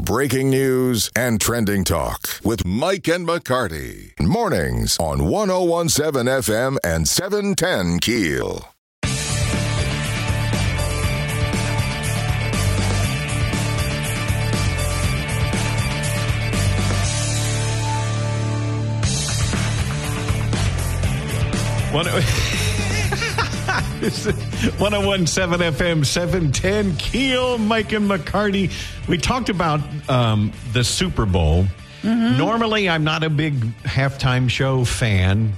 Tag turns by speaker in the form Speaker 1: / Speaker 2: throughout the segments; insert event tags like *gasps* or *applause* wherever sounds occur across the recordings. Speaker 1: breaking news and trending talk with Mike and McCarty. Mornings on 1017 FM and 710 Keel.
Speaker 2: One, *laughs* 1017 FM 710 Keel, Mike and McCarty. We talked about um, the Super Bowl. Normally, I'm not a big halftime show fan,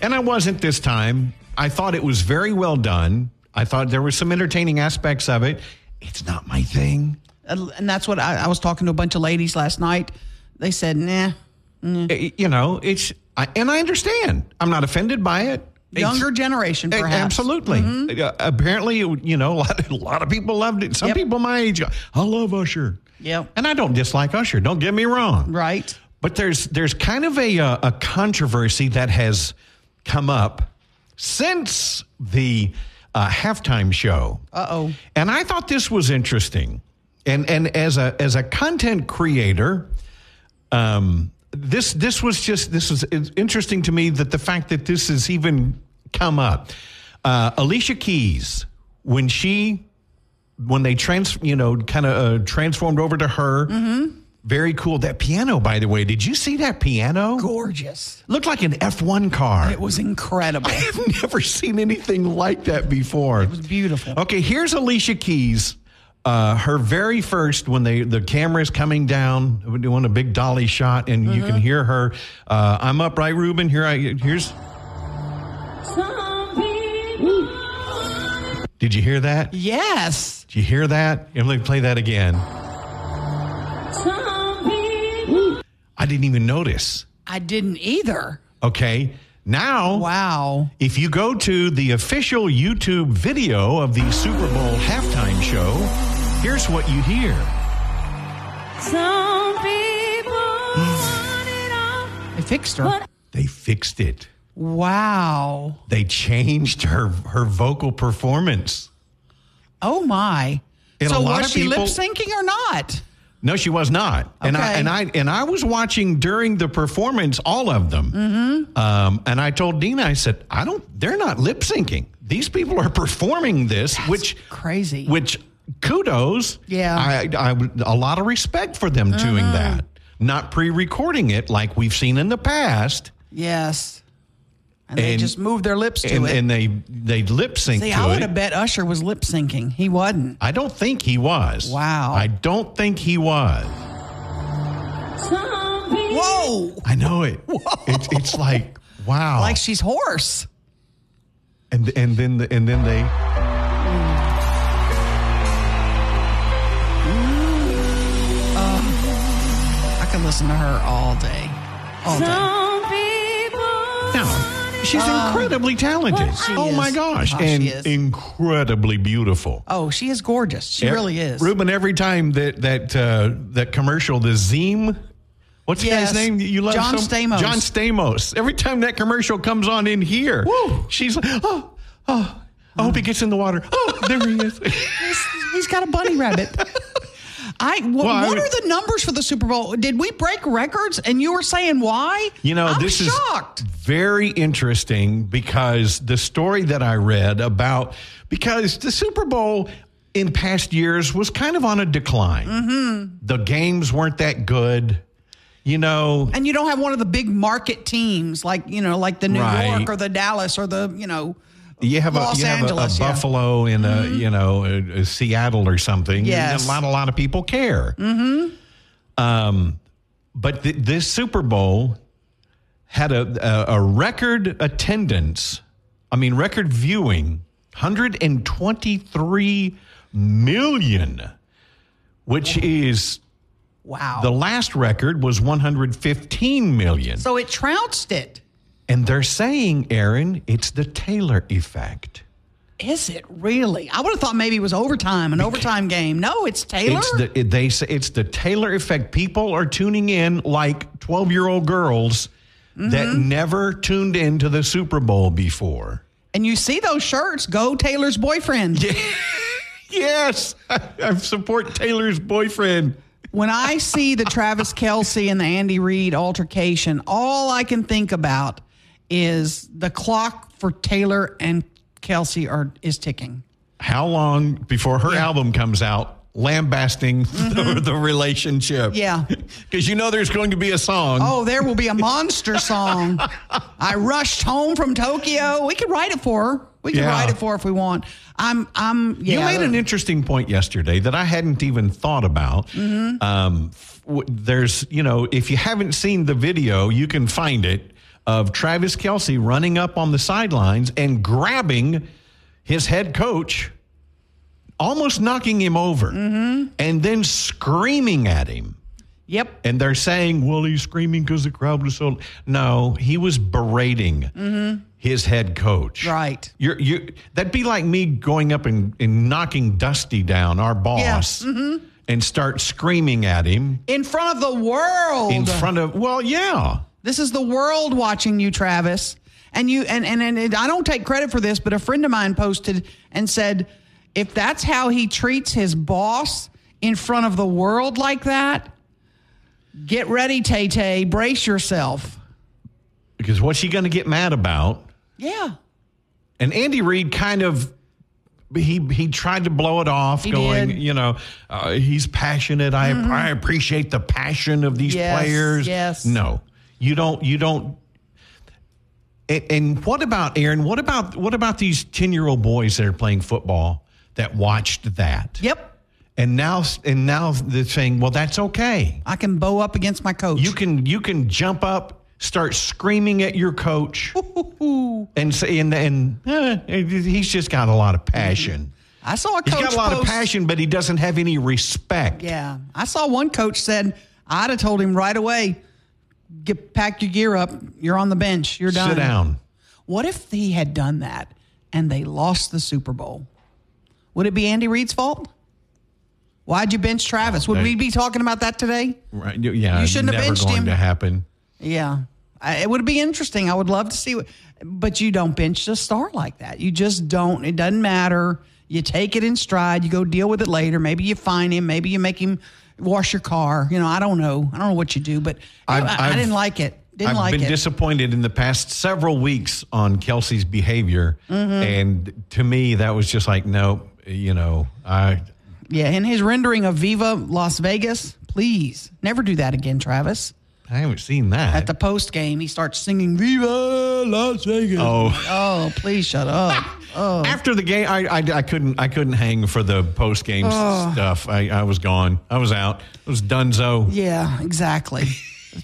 Speaker 2: and I wasn't this time. I thought it was very well done. I thought there were some entertaining aspects of it. It's not my thing.
Speaker 3: and that's what I, I was talking to a bunch of ladies last night. They said, "Nah, Mm-hmm.
Speaker 2: I- Eh, You know, it's, I, and I understand. I'm not offended by it. It's-
Speaker 3: younger generation,
Speaker 2: A-
Speaker 3: perhaps." Mm-hmm.
Speaker 2: Absolutely. Uh, apparently, it would- you know, *laughs* a lot, a lot of people loved it. Some
Speaker 3: Yep.
Speaker 2: people my age, I love Usher.
Speaker 3: Yep.
Speaker 2: And I don't dislike Usher. Don't get me wrong.
Speaker 3: Right.
Speaker 2: But there's there's kind of a uh, a controversy that has come up since the uh, halftime show.
Speaker 3: Uh oh.
Speaker 2: And I thought this was interesting. And and as a as a content creator, um, this this was just this was it's interesting to me that the fact that this has even come up. Uh, Alicia Keys, when she when they trans you know kind of uh, transformed over to her. Very cool. That piano, by the way, did you see that piano?
Speaker 3: Gorgeous.
Speaker 2: Looked like an F one car.
Speaker 3: It
Speaker 2: *laughs*
Speaker 3: was incredible.
Speaker 2: I've never seen anything like that before. It was
Speaker 3: beautiful.
Speaker 2: Okay, here's Alicia Keys. Uh, her very first, when they the camera is coming down, we're doing a big dolly shot, and you can hear her. Uh, I'm upright, Ruben. Here I here's. Did you hear that? Did
Speaker 3: yes.
Speaker 2: you hear that? Emily, play that again. I didn't even notice.
Speaker 3: I didn't either.
Speaker 2: Okay, now
Speaker 3: Wow.
Speaker 2: If you go to the official YouTube video of the Super Bowl halftime show, here's what you hear.
Speaker 4: Some people want it all.
Speaker 3: They fixed her.
Speaker 2: They fixed it.
Speaker 3: Wow.
Speaker 2: They changed her her vocal performance.
Speaker 3: Oh my.
Speaker 2: And a
Speaker 3: so
Speaker 2: lot
Speaker 3: was
Speaker 2: of
Speaker 3: she
Speaker 2: people-
Speaker 3: lip syncing or not?
Speaker 2: No, she was not. And I
Speaker 3: Okay.
Speaker 2: and I and I was watching during the performance all of them. Mm-hmm. Um, and I told Dina, I said, I don't. They're not lip syncing. These people are performing this, which
Speaker 3: crazy.
Speaker 2: Which kudos.
Speaker 3: Yeah. Mm-hmm.
Speaker 2: I, I would- a lot of respect for them doing that. Not pre-recording it like we've seen in the past,
Speaker 3: Yes. And, they
Speaker 2: And-
Speaker 3: just moved their lips to
Speaker 2: and,
Speaker 3: it.
Speaker 2: and they they lip sync
Speaker 3: See,
Speaker 2: to
Speaker 3: I would
Speaker 2: it.
Speaker 3: have bet Usher was lip syncing. He wasn't.
Speaker 2: I don't think he was.
Speaker 3: Wow.
Speaker 2: I don't think he was.
Speaker 4: Some people
Speaker 3: Whoa.
Speaker 2: I know it. It's, it's like wow.
Speaker 3: Like she's hoarse.
Speaker 2: and and then the, and then they
Speaker 3: I could listen to her all day. All day.
Speaker 4: Some people
Speaker 2: now she's incredibly talented. oh my
Speaker 3: is.
Speaker 2: gosh,
Speaker 3: Oh, she
Speaker 2: and
Speaker 3: is.
Speaker 2: incredibly beautiful. E-
Speaker 3: Oh, she is gorgeous. She really is.
Speaker 2: Ruben. Every time that that uh, that commercial, the Zeem. What's the
Speaker 3: Yes.
Speaker 2: guy's name? You love
Speaker 3: John
Speaker 2: so-
Speaker 3: Stamos.
Speaker 2: John Stamos. Every time that commercial comes on in here,
Speaker 3: Woo.
Speaker 2: she's like, oh, oh, I hope he gets in the water. Oh, there he is. *laughs*
Speaker 3: He's got a bunny rabbit. I wh-
Speaker 2: Well, I
Speaker 3: what
Speaker 2: mean-
Speaker 3: are the numbers for the Super Bowl? Did we break records? And you were saying why?
Speaker 2: You know,
Speaker 3: I'm
Speaker 2: this
Speaker 3: shocked.
Speaker 2: is very interesting because the story that I read about because the Super Bowl in past years was kind of on a decline.
Speaker 3: Mm-hmm.
Speaker 2: The games weren't that good. You know,
Speaker 3: and you don't have one of the big market teams like you know, like the New
Speaker 2: Right.
Speaker 3: York or the Dallas or the you know,
Speaker 2: you have
Speaker 3: Los
Speaker 2: a you have a-
Speaker 3: Angeles,
Speaker 2: a,
Speaker 3: yeah. Mm-hmm.
Speaker 2: Buffalo in a you know a, a Seattle or something.
Speaker 3: Yes.
Speaker 2: a lot a lot of people care. Mm-hmm. Um, but th- this Super Bowl had a, a a record attendance. I mean, record viewing, hundred and twenty three million, which is
Speaker 3: wow.
Speaker 2: the last record was one hundred fifteen million.
Speaker 3: so it trounced it.
Speaker 2: and they're saying, Aaron, it's the Taylor effect.
Speaker 3: Is it really? I would have thought maybe it was overtime, an overtime game. No, it's Taylor.
Speaker 2: It's the it- they say it's the Taylor effect. People are tuning in like twelve year old girls that never tuned into the Super Bowl before.
Speaker 3: and you see those shirts, go Taylor's boyfriend.
Speaker 2: Yes, I, I support Taylor's boyfriend.
Speaker 3: When I see the Travis Kelsey and the Andy Reid altercation, all I can think about is the clock for Taylor and Kelsey are is ticking.
Speaker 2: How long before her album comes out? Lambasting *laughs* the, the relationship. *laughs*
Speaker 3: Yeah.
Speaker 2: Because you know there's going to be a song.
Speaker 3: Oh, there will be a monster song. I rushed home from Tokyo. We could write it for her. We could
Speaker 2: Yeah.
Speaker 3: write it for her if we want. I'm, I'm, yeah.
Speaker 2: You made an interesting point yesterday that I hadn't even thought about. Um, f- w- there's, you know, if you haven't seen the video, you can find it of Travis Kelsey running up on the sidelines and grabbing his head coach, almost knocking him over, and then screaming at him.
Speaker 3: yep.
Speaker 2: And they're saying, well, he's screaming because the crowd was so. No, he was berating his head coach.
Speaker 3: Mm-hmm. Right.
Speaker 2: You're, you that'd be like me going up and, and knocking Dusty down, our boss,
Speaker 3: Mm-hmm.
Speaker 2: and start screaming at him
Speaker 3: In front of the world.
Speaker 2: in front of, well, yeah.
Speaker 3: This is the world watching you, Travis. And you and and, and it, I don't take credit for this, but a friend of mine posted and said, if that's how he treats his boss in front of the world like that, get ready, Tay Tay. Brace yourself.
Speaker 2: Because what's he going to get mad about?
Speaker 3: Yeah.
Speaker 2: And Andy Reid kind of. He he tried to blow it off,
Speaker 3: He
Speaker 2: going,
Speaker 3: did. Mm-hmm.
Speaker 2: you know, uh, he's passionate. I I appreciate the passion of these
Speaker 3: Yes,
Speaker 2: players.
Speaker 3: yes.
Speaker 2: No, you don't. You don't. And, and what about Aaron? What about what about these ten year old boys that are playing football that watched that?
Speaker 3: Yep.
Speaker 2: And now and now they're saying, well, that's okay.
Speaker 3: I can bow up against my coach.
Speaker 2: You can you can jump up, start screaming at your coach, and say and and eh, he's just got a lot of passion.
Speaker 3: *laughs* I saw a coach
Speaker 2: He's got a lot of
Speaker 3: post-
Speaker 2: passion, but he doesn't have any respect.
Speaker 3: Yeah. I saw one coach said, I'd have told him right away, get pack your gear up. You're on the bench. You're done.
Speaker 2: Sit down.
Speaker 3: What if he had done that and they lost the Super Bowl? Would it be Andy Reid's fault? Why'd you bench Travis? Would
Speaker 2: they-
Speaker 3: we be talking about that today?
Speaker 2: Right? you- Yeah,
Speaker 3: You shouldn't have
Speaker 2: never
Speaker 3: benched
Speaker 2: going
Speaker 3: him.
Speaker 2: to happen.
Speaker 3: Yeah. I, it would be interesting. I would love to see what, but you don't bench a star like that. You just don't. It doesn't matter. You take it in stride. You go deal with it later. Maybe you fine him. Maybe you make him wash your car. You know, I don't know. I don't know what you do, but I,
Speaker 2: I've-
Speaker 3: I,
Speaker 2: I've-
Speaker 3: didn't like it. Didn't
Speaker 2: I've
Speaker 3: like
Speaker 2: been
Speaker 3: it.
Speaker 2: disappointed in the past several weeks on Kelsey's behavior,
Speaker 3: Mm-hmm.
Speaker 2: and to me, that was just like, no, you know, I
Speaker 3: yeah. And his rendering of Viva Las Vegas, please never do that again, Travis.
Speaker 2: I haven't seen that.
Speaker 3: At the post game, he starts
Speaker 2: *laughs*
Speaker 3: singing "Viva Las Vegas."
Speaker 2: oh.
Speaker 3: Oh, please
Speaker 2: *laughs*
Speaker 3: shut up. Oh.
Speaker 2: After the game, I, I, I couldn't I couldn't hang for the post game
Speaker 3: Oh.
Speaker 2: stuff. I, I was gone. I was out. It was Dunzo.
Speaker 3: Yeah, exactly.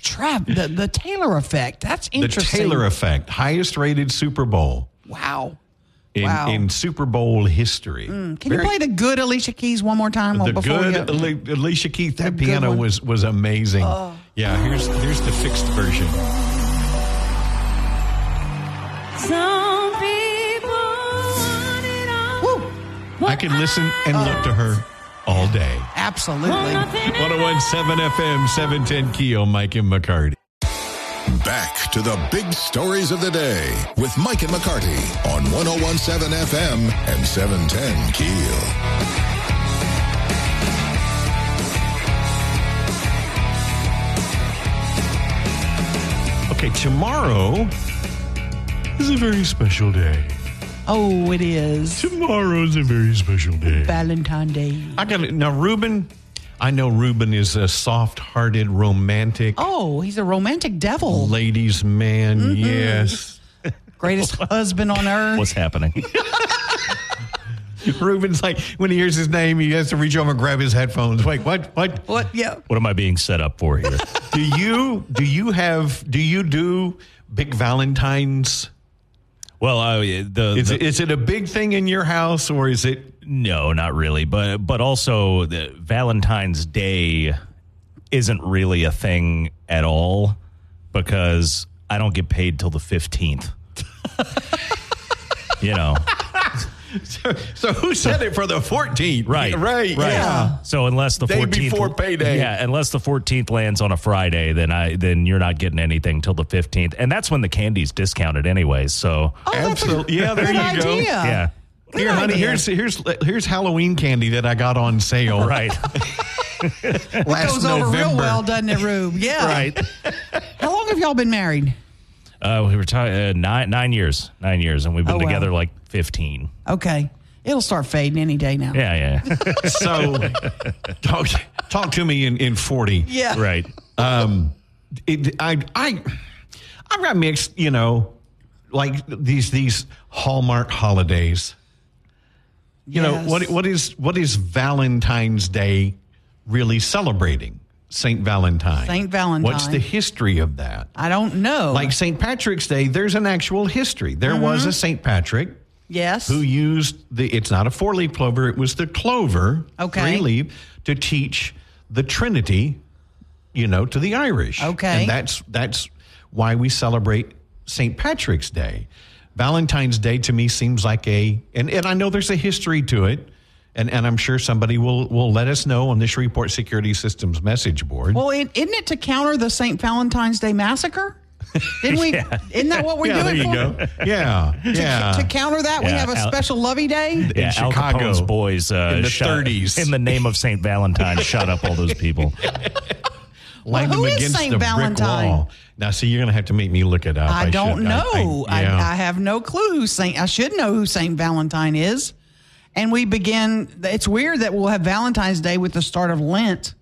Speaker 3: Trav, the, the Taylor effect. That's
Speaker 2: the
Speaker 3: interesting.
Speaker 2: Taylor effect, highest rated Super Bowl
Speaker 3: Wow.
Speaker 2: in,
Speaker 3: Wow.
Speaker 2: in Super Bowl history.
Speaker 3: Can
Speaker 2: Very-
Speaker 3: you play the good Alicia Keys one more time?
Speaker 2: the
Speaker 3: before
Speaker 2: good
Speaker 3: you-
Speaker 2: Ali- Alicia Keith? That
Speaker 3: good
Speaker 2: piano
Speaker 3: one. Oh.
Speaker 2: was was amazing. Yeah, here's here's the fixed version.
Speaker 4: Some people want it all.
Speaker 3: Woo!
Speaker 2: I could listen and
Speaker 3: Oh.
Speaker 2: look to her all day.
Speaker 3: Absolutely.
Speaker 4: Nothing at all.
Speaker 2: 1017 FM, 710 Keo, Mike and McCarty.
Speaker 1: Back to the big stories of the day with Mike and McCarty on 1017 FM and 710 Keel.
Speaker 2: Okay, tomorrow is a very special day.
Speaker 3: Oh, it is
Speaker 2: Tomorrow's a very special day.
Speaker 3: Valentine Day.
Speaker 2: I got it. Now, Ruben, I know Ruben is a soft hearted, romantic
Speaker 3: Oh, he's a romantic devil.
Speaker 2: ladies' man.
Speaker 3: Mm-hmm.
Speaker 2: Yes. *laughs*
Speaker 3: Greatest husband on
Speaker 5: What's
Speaker 3: earth.
Speaker 5: happening?
Speaker 2: Ruben's like, when he hears his name, he has to reach over and grab his headphones. Wait, what? What?
Speaker 3: What? Yeah. Oh,
Speaker 5: what am I being set up for here?
Speaker 2: do you do you have do you do big Valentine's?
Speaker 5: Well, I, the,
Speaker 2: *laughs* Is
Speaker 5: the-
Speaker 2: it, is it a big thing in your house or is it
Speaker 5: no, not really, but but also the Valentine's Day isn't really a thing at all because I don't get paid till the fifteenth.
Speaker 2: *laughs*
Speaker 5: you know,
Speaker 2: so who said it for the 14th?
Speaker 5: right?
Speaker 2: Right.
Speaker 5: Right.
Speaker 2: Yeah.
Speaker 5: So unless the
Speaker 2: Day
Speaker 5: fourteenth
Speaker 2: before payday.
Speaker 5: yeah, unless the fourteenth lands on a Friday, then I then you're not getting anything till the fifteenth, and that's when the candy's discounted anyways. So
Speaker 3: Oh, that's a
Speaker 2: Absolutely. Yeah, there
Speaker 3: good
Speaker 2: you go.
Speaker 3: idea.
Speaker 5: yeah,
Speaker 2: Here, honey,
Speaker 3: idea.
Speaker 2: here's here's here's Halloween candy that I got on sale.
Speaker 5: right. *laughs*
Speaker 2: last
Speaker 3: goes
Speaker 2: November.
Speaker 3: over real well, doesn't
Speaker 2: *laughs*
Speaker 3: it, Rube? Yeah.
Speaker 2: right.
Speaker 3: How long have y'all been married?
Speaker 5: Uh, we were talking uh, nine nine years, nine years, and we've been
Speaker 3: Oh, wow.
Speaker 5: together like fifteen.
Speaker 3: Okay. It'll start fading any day now.
Speaker 5: Yeah, yeah, yeah.
Speaker 2: So talk talk to me in in forty.
Speaker 3: *laughs* Yeah.
Speaker 5: right.
Speaker 2: um, it, I, I, I've got mixed, you know, like these these Hallmark holidays. You
Speaker 3: Yes.
Speaker 2: know what? What is what is Valentine's Day really celebrating? Saint Valentine.
Speaker 3: Saint Valentine.
Speaker 2: What's the history of that?
Speaker 3: I don't know.
Speaker 2: Like Saint Patrick's Day, there's an actual history. There
Speaker 3: Mm-hmm.
Speaker 2: was a Saint Patrick
Speaker 3: yes.
Speaker 2: who used the. It's not a four leaf clover. It was the clover,
Speaker 3: Okay.
Speaker 2: three leaf, to teach the Trinity you know, to the Irish.
Speaker 3: Okay.
Speaker 2: And that's that's why we celebrate St. Patrick's Day. Valentine's Day to me seems like a and, and I know there's a history to it. And, and I'm sure somebody will, will let us know on the Shreveport Security Systems message board.
Speaker 3: well, is isn't it to counter the St. Valentine's Day massacre? Didn't we? Isn't that what we're
Speaker 2: *laughs* yeah, there
Speaker 3: doing?
Speaker 2: you
Speaker 3: for?
Speaker 2: go. *laughs* Yeah, yeah.
Speaker 3: To counter that, we
Speaker 5: Yeah,
Speaker 3: have a
Speaker 5: Al-
Speaker 3: special lovey day.
Speaker 5: yeah, Al
Speaker 2: Chicago.
Speaker 5: Capone's boys uh,
Speaker 2: In the
Speaker 5: shut-
Speaker 2: 30s.
Speaker 5: in the name of Saint Valentine, shut up all those people. Uh,
Speaker 2: Line
Speaker 3: Well,
Speaker 2: them
Speaker 3: who is
Speaker 2: against
Speaker 3: Saint
Speaker 2: the
Speaker 3: Valentine?
Speaker 2: brick wall. Now, see, you're going to have to make me look it up.
Speaker 3: I, don't
Speaker 2: should-
Speaker 3: know. I, I,
Speaker 2: yeah.
Speaker 3: have no clue who Saint. I should know who Saint Valentine is. And we begin. It's weird that we'll have Valentine's Day with the start of Lent,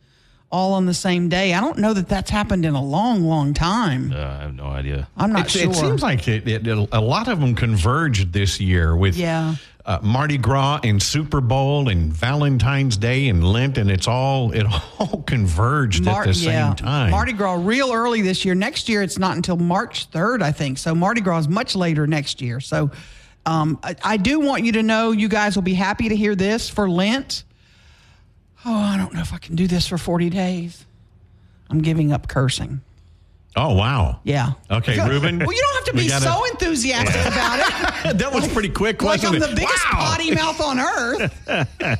Speaker 3: all on the same day. I don't know that that's happened in a long, long time.
Speaker 5: Uh, I have no idea.
Speaker 3: I'm not
Speaker 2: It's-
Speaker 3: sure.
Speaker 2: It seems like it, it, it- a lot of them converged this year with
Speaker 3: Yeah.
Speaker 2: uh, Mardi Gras and Super Bowl and Valentine's Day and Lent, and it's all *laughs* it all converged
Speaker 3: Mar-
Speaker 2: at the same
Speaker 3: yeah.
Speaker 2: time.
Speaker 3: Mardi Gras real early this year. Next year, it's not until March 3rd, I think. So Mardi Gras is much later next year. So um, I, I do want you to know you guys will be happy to hear this for Lent. Oh, I don't know if I can do this for 40 days. I'm giving up cursing.
Speaker 2: oh wow!
Speaker 3: Yeah.
Speaker 2: Okay, Ruben.
Speaker 3: Well, you don't have to
Speaker 2: we
Speaker 3: be
Speaker 2: gotta-
Speaker 3: so enthusiastic about
Speaker 2: *laughs*
Speaker 3: it.
Speaker 2: that was pretty quick,
Speaker 3: Like
Speaker 2: wasn't
Speaker 3: I'm the
Speaker 2: it?
Speaker 3: biggest
Speaker 2: wow!
Speaker 3: potty mouth on earth.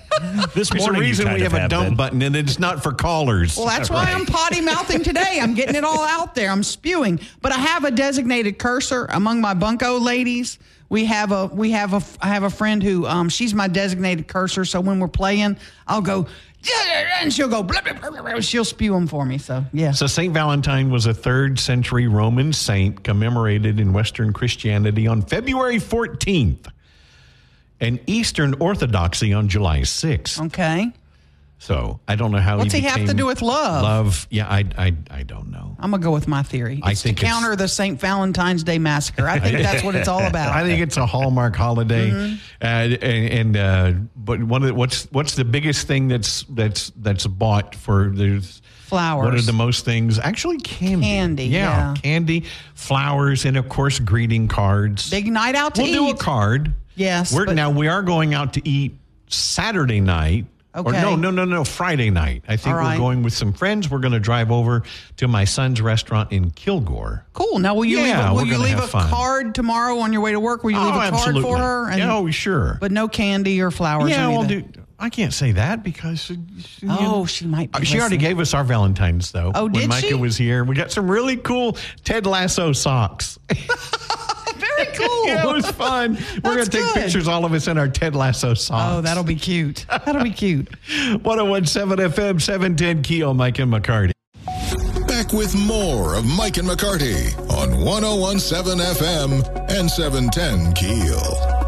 Speaker 2: There's
Speaker 5: This
Speaker 2: a
Speaker 5: morning you
Speaker 2: reason
Speaker 5: kind
Speaker 2: we
Speaker 5: of
Speaker 2: have a dump
Speaker 5: been.
Speaker 2: button, and it's not for callers.
Speaker 3: Well, that's why I'm potty mouthing today. I'm getting it all out there. I'm spewing, but I have a designated cursor among my bunko ladies. We have a we have a I have a friend who um she's my designated cursor. So when we're playing, I'll go "Yeah," and she'll go blah, blah, blah, blah, blah. she'll spew them for me. So yeah,
Speaker 2: So, St. Valentine was a third century Roman saint commemorated in Western Christianity on February 14th and Eastern Orthodoxy on July 6th.
Speaker 3: okay.
Speaker 2: So, I don't know how
Speaker 3: What's he have
Speaker 2: became
Speaker 3: to do with love?
Speaker 2: Love. Yeah, I, I, I don't know.
Speaker 3: I'm gonna go with my theory.
Speaker 2: I
Speaker 3: It's
Speaker 2: think
Speaker 3: to
Speaker 2: it's-
Speaker 3: counter the St. Valentine's Day massacre. I think that's what it's
Speaker 2: *laughs*
Speaker 3: all about.
Speaker 2: I think it's a hallmark holiday,
Speaker 3: Mm-hmm.
Speaker 2: uh, and, and uh, but one of the, what's what's the biggest thing that's that's that's bought for there's What are
Speaker 3: Flowers.
Speaker 2: the most things actually candy?
Speaker 3: Candy, yeah.
Speaker 2: candy, flowers, and of course greeting cards.
Speaker 3: Big night out to
Speaker 2: we'll do a
Speaker 3: eat.
Speaker 2: card.
Speaker 3: Yes,
Speaker 2: we're
Speaker 3: but-
Speaker 2: now we are going out to eat Saturday night. Or
Speaker 3: Okay.
Speaker 2: no, no, no, no, Friday night. I think
Speaker 3: All right.
Speaker 2: we're going with some friends. We're going to drive over to my son's restaurant in Kilgore.
Speaker 3: Cool. Now, will you
Speaker 2: Yeah,
Speaker 3: leave a,
Speaker 2: we're
Speaker 3: will you
Speaker 2: gonna
Speaker 3: leave
Speaker 2: have
Speaker 3: a
Speaker 2: fun.
Speaker 3: card tomorrow on your way to work? Will you leave a card for her? And-
Speaker 2: oh, sure.
Speaker 3: But no candy or flowers.
Speaker 2: yeah,
Speaker 3: or
Speaker 2: well,
Speaker 3: anything.
Speaker 2: dude, I can't say that because she, she- you
Speaker 3: Oh,
Speaker 2: know-
Speaker 3: she might be
Speaker 2: Uh, She already
Speaker 3: listening.
Speaker 2: gave us our Valentines though.
Speaker 3: Oh,
Speaker 2: when
Speaker 3: did
Speaker 2: Micah
Speaker 3: she?
Speaker 2: was here, we got some really cool Ted Lasso socks. *laughs*
Speaker 3: Very cool.
Speaker 2: yeah, it
Speaker 3: *laughs*
Speaker 2: was fun. We're gonna
Speaker 3: That's
Speaker 2: take
Speaker 3: good.
Speaker 2: pictures, all of us in our Ted Lasso socks.
Speaker 3: Oh, that'll be cute. That'll
Speaker 2: *laughs*
Speaker 3: be cute.
Speaker 2: 1017 FM, 710 Keo, Mike and McCarty.
Speaker 1: Back with more of Mike and McCarty on 1017 FM and 710 Keel.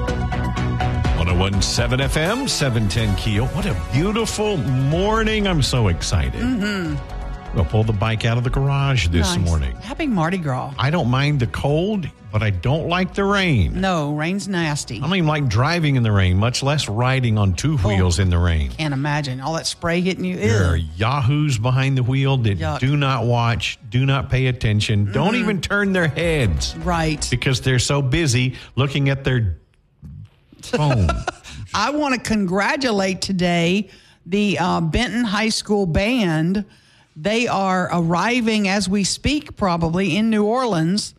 Speaker 2: One zero one seven FM, 710 Keo. What a beautiful morning. I'm so excited. Mm-hmm. We'll pull the bike out of the garage this
Speaker 3: Nice.
Speaker 2: morning.
Speaker 3: Happy Mardi Gras.
Speaker 2: I don't mind the cold, but I don't like the rain.
Speaker 3: No, rain's nasty.
Speaker 2: I don't even like driving in the rain, much less riding on two wheels in the rain.
Speaker 3: Can't imagine all that spray hitting you.
Speaker 2: There are
Speaker 3: Oh. Ew.
Speaker 2: yahoos behind the wheel that
Speaker 3: Yuck. Mm-hmm.
Speaker 2: do not watch, do not pay attention, don't even turn their heads
Speaker 3: Right.
Speaker 2: because they're so busy looking at their
Speaker 3: *laughs*
Speaker 2: phone.
Speaker 3: I want to congratulate today the uh, Benton High School Band. They are arriving as we speak, probably in New Orleans,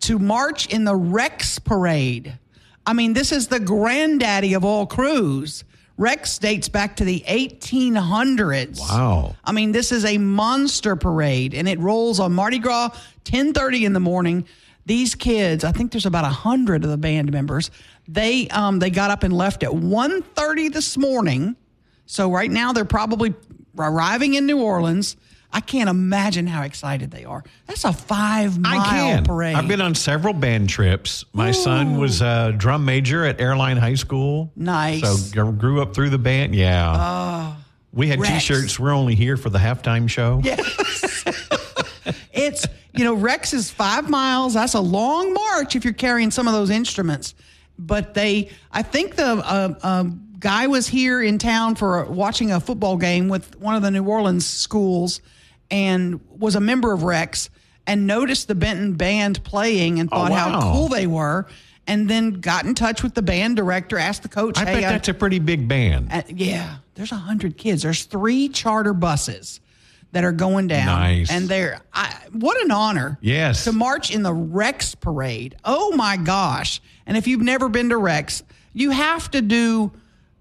Speaker 3: to march in the Rex Parade. I mean, this is the granddaddy of all crews. Rex dates back to the 1800s.
Speaker 2: Wow.
Speaker 3: I mean, this is a monster parade, and it rolls on Mardi Gras, ten thirty in the morning. These kids, I think there's about hundred of the band members. They um, they got up and left at 1.30 this morning. So right now they're probably arriving in New Orleans. I can't imagine how excited they are. That's a five mile
Speaker 2: I can.
Speaker 3: parade.
Speaker 2: I've been on several band trips. My son was a drum major at Airline High School.
Speaker 3: Nice. Oh,
Speaker 2: So g- grew up through the band. Yeah. we had
Speaker 3: Rex.
Speaker 2: T-shirts. We're only here for the halftime show. Yeah.
Speaker 3: It's, you know, Rex is five miles. That's a long march if you're carrying some of those instruments. But they, I think the uh, um, guy was here in town for watching a football game with one of the New Orleans schools and was a member of Rex and noticed the Benton band playing and thought how
Speaker 2: Oh, wow.
Speaker 3: cool they were. And then got in touch with the band director, asked the coach,
Speaker 2: I
Speaker 3: hey,
Speaker 2: bet
Speaker 3: I-
Speaker 2: that's a pretty big band.
Speaker 3: uh, yeah, there's a hundred kids. There's three charter buses that are going down.
Speaker 2: Nice.
Speaker 3: And they're I, what an honor.
Speaker 2: Yes.
Speaker 3: To march in the Rex parade. Oh my gosh! And if you've never been to Rex, you have to do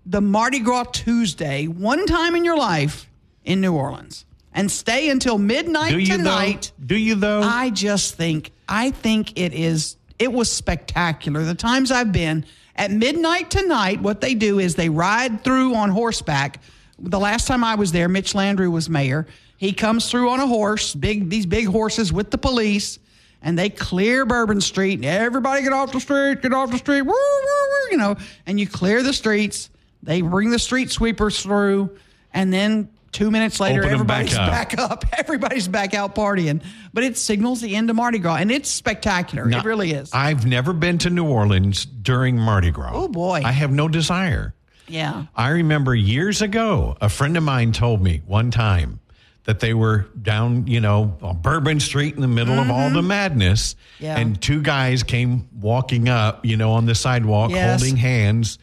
Speaker 3: the Mardi Gras Tuesday one time in your life in New Orleans and stay until midnight
Speaker 2: Do you
Speaker 3: tonight.
Speaker 2: though? Do you though?
Speaker 3: I just think I think it is it was spectacular. The times I've been at midnight tonight, what they do is they ride through on horseback. The last time I was there, Mitch Landry was mayor. He comes through on a horse, big these big horses with the police, and they clear Bourbon Street. And everybody get off the street, get off the street, woo, woo, woo, you know, and you clear the streets. They bring the street sweepers through, and then two minutes later,
Speaker 2: Open 'em back
Speaker 3: everybody's
Speaker 2: up.
Speaker 3: back up. *laughs* Everybody's back out partying, but it signals the end of Mardi Gras, and it's spectacular.
Speaker 2: Now,
Speaker 3: it really is.
Speaker 2: I've never been to New Orleans during Mardi Gras.
Speaker 3: Oh, boy.
Speaker 2: I have no desire.
Speaker 3: yeah.
Speaker 2: I remember years ago, a friend of mine told me one time that they were down, you know, on Bourbon Street in the middle of all the madness.
Speaker 3: Mm-hmm. Yeah.
Speaker 2: And two guys came walking up, you know, on the sidewalk
Speaker 3: Yes.
Speaker 2: holding hands,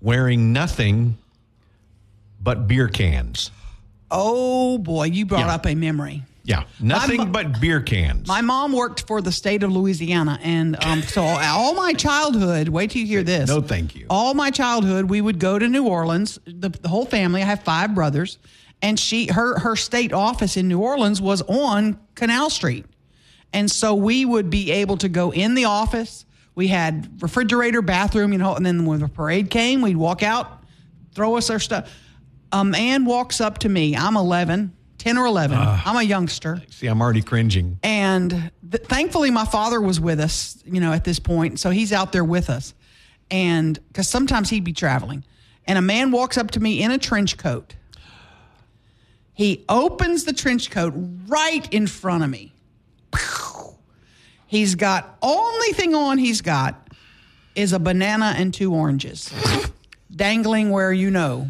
Speaker 2: wearing nothing but beer cans.
Speaker 3: Oh boy, you brought
Speaker 2: Yeah.
Speaker 3: up a memory.
Speaker 2: Yeah, nothing
Speaker 3: mo-
Speaker 2: but beer cans.
Speaker 3: My mom worked for the state of Louisiana, and um, so all my childhood. Wait till you hear this.
Speaker 2: No, thank you.
Speaker 3: All my childhood, we would go to New Orleans. The, the whole family. I have five brothers, and she her her state office in New Orleans was on Canal Street, and so we would be able to go in the office. We had refrigerator, bathroom, you know, and then when the parade came, we'd walk out, throw us our stuff. A man walks up to me. I'm 11, 10 or 11. I'm a youngster
Speaker 2: See, I'm already cringing.
Speaker 3: and th- thankfully my father was with us you know at this point so he's out there with us and because sometimes he'd be traveling and a man walks up to me in a trench coat he opens the trench coat right in front of me Pew! he's got only thing on he's got is a banana and two oranges dangling where you know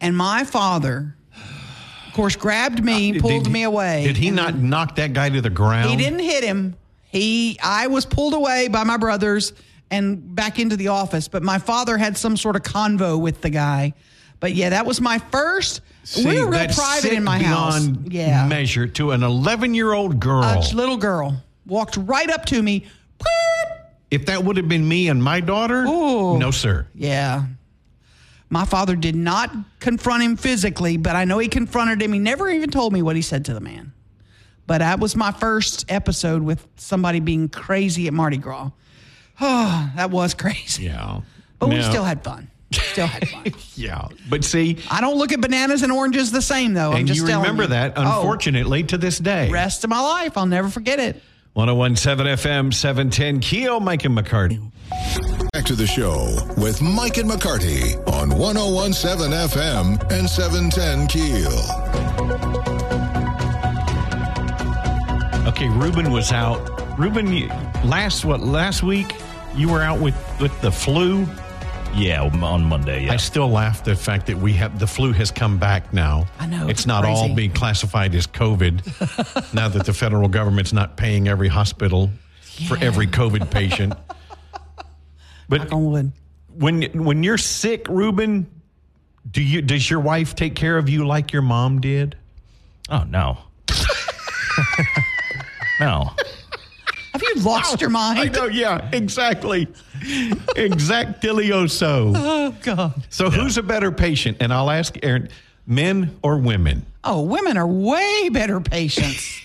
Speaker 3: and my father of course grabbed me pulled
Speaker 2: Uh, Did-
Speaker 3: me away
Speaker 2: Did he not knock that guy to the ground?
Speaker 3: he didn't hit him. He I was pulled away by my brothers and back into the office, but my father had some sort of convo with the guy. But yeah, that was my first.
Speaker 2: See,
Speaker 3: we were real
Speaker 2: that's
Speaker 3: private
Speaker 2: sick
Speaker 3: in my house.
Speaker 2: beyond
Speaker 3: Yeah, Uh,
Speaker 2: measure to an 11 year old girl.
Speaker 3: a little girl walked right up to me. Boop.
Speaker 2: if that would have been me and my daughter, no, sir.
Speaker 3: Yeah. My father did not confront him physically, but I know he confronted him. He never even told me what he said to the man. But that was my first episode with somebody being crazy at Mardi Gras. *sighs* Oh, that was crazy.
Speaker 2: Yeah.
Speaker 3: But we
Speaker 2: No.
Speaker 3: still had fun. Still
Speaker 2: *laughs*
Speaker 3: had fun.
Speaker 2: Yeah. But see,
Speaker 3: I don't look at bananas and oranges the same though. I'm
Speaker 2: and
Speaker 3: just
Speaker 2: you
Speaker 3: telling
Speaker 2: remember
Speaker 3: you.
Speaker 2: that,
Speaker 3: Oh,
Speaker 2: unfortunately, to this day.
Speaker 3: rest of my life, I'll never forget it.
Speaker 2: 1017 FM, 710 Keo, Mike and McCarty.
Speaker 1: Back to the show with Mike and McCarty on 1017 FM and 710 Keel.
Speaker 2: Okay, Ruben was out. Ruben, you, last what last week you were out with with the flu.
Speaker 5: Yeah, on Monday. Yeah.
Speaker 2: I still laugh the fact that we have the flu has come back now.
Speaker 3: I know,
Speaker 2: it's
Speaker 3: it's
Speaker 2: not all
Speaker 3: crazy.
Speaker 2: being classified as
Speaker 3: *laughs*
Speaker 2: COVID now that the federal government's not paying every hospital for every
Speaker 3: *laughs*
Speaker 2: COVID patient. But
Speaker 3: Knock on wood.
Speaker 2: when when you're sick, Ruben, do you does your wife take care of you like your mom did?
Speaker 5: oh no. no.
Speaker 3: Have you lost your
Speaker 2: I
Speaker 3: mind?
Speaker 2: know, yeah, *laughs* exactly. Exactilio so.
Speaker 3: *laughs* Oh God.
Speaker 2: So who's a better patient? And I'll ask Aaron, men or women?
Speaker 3: Oh, women are way
Speaker 2: *laughs*
Speaker 3: better patients.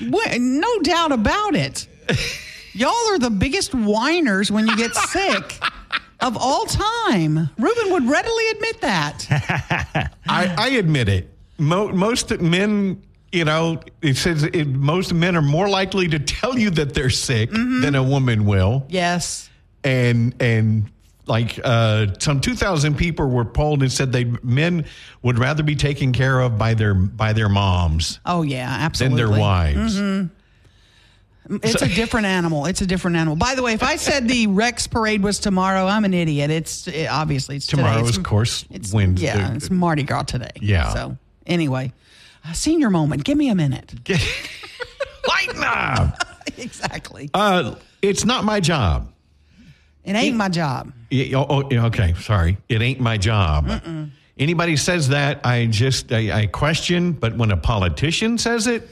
Speaker 3: Wa- No doubt about it. Y'all are the biggest whiners when you
Speaker 2: *laughs*
Speaker 3: get sick of all time. Ruben would readily
Speaker 2: *laughs*
Speaker 3: admit that.
Speaker 2: I, I admit it. Mo- most men, you know, it says it, most men are more likely to tell you that they're sick
Speaker 3: Mm-hmm.
Speaker 2: than a woman will.
Speaker 3: Yes.
Speaker 2: And and like uh, some two thousand people were polled and said they men would rather be taken care of by their by their moms
Speaker 3: Oh yeah,
Speaker 2: than
Speaker 3: absolutely. Mm-hmm.
Speaker 2: their wives.
Speaker 3: It's a different animal. It's a different animal. By the way, if I said the Rex parade was tomorrow, I'm an idiot. It's it, obviously it's today.
Speaker 2: Tomorrow
Speaker 3: It's-
Speaker 2: is, of course,
Speaker 3: It's
Speaker 2: Wednesday.
Speaker 3: Yeah, it's Mardi Gras today.
Speaker 2: Yeah.
Speaker 3: So anyway, a senior moment. Give me a minute.
Speaker 2: *laughs*
Speaker 3: *laughs*
Speaker 2: Lighten up.
Speaker 3: exactly.
Speaker 2: Uh, it's not my job.
Speaker 3: It ain't my job.
Speaker 2: Yeah, oh, oh, yeah, okay, sorry. It ain't my job. Anybody says that, I just I, I question. But when a politician says it,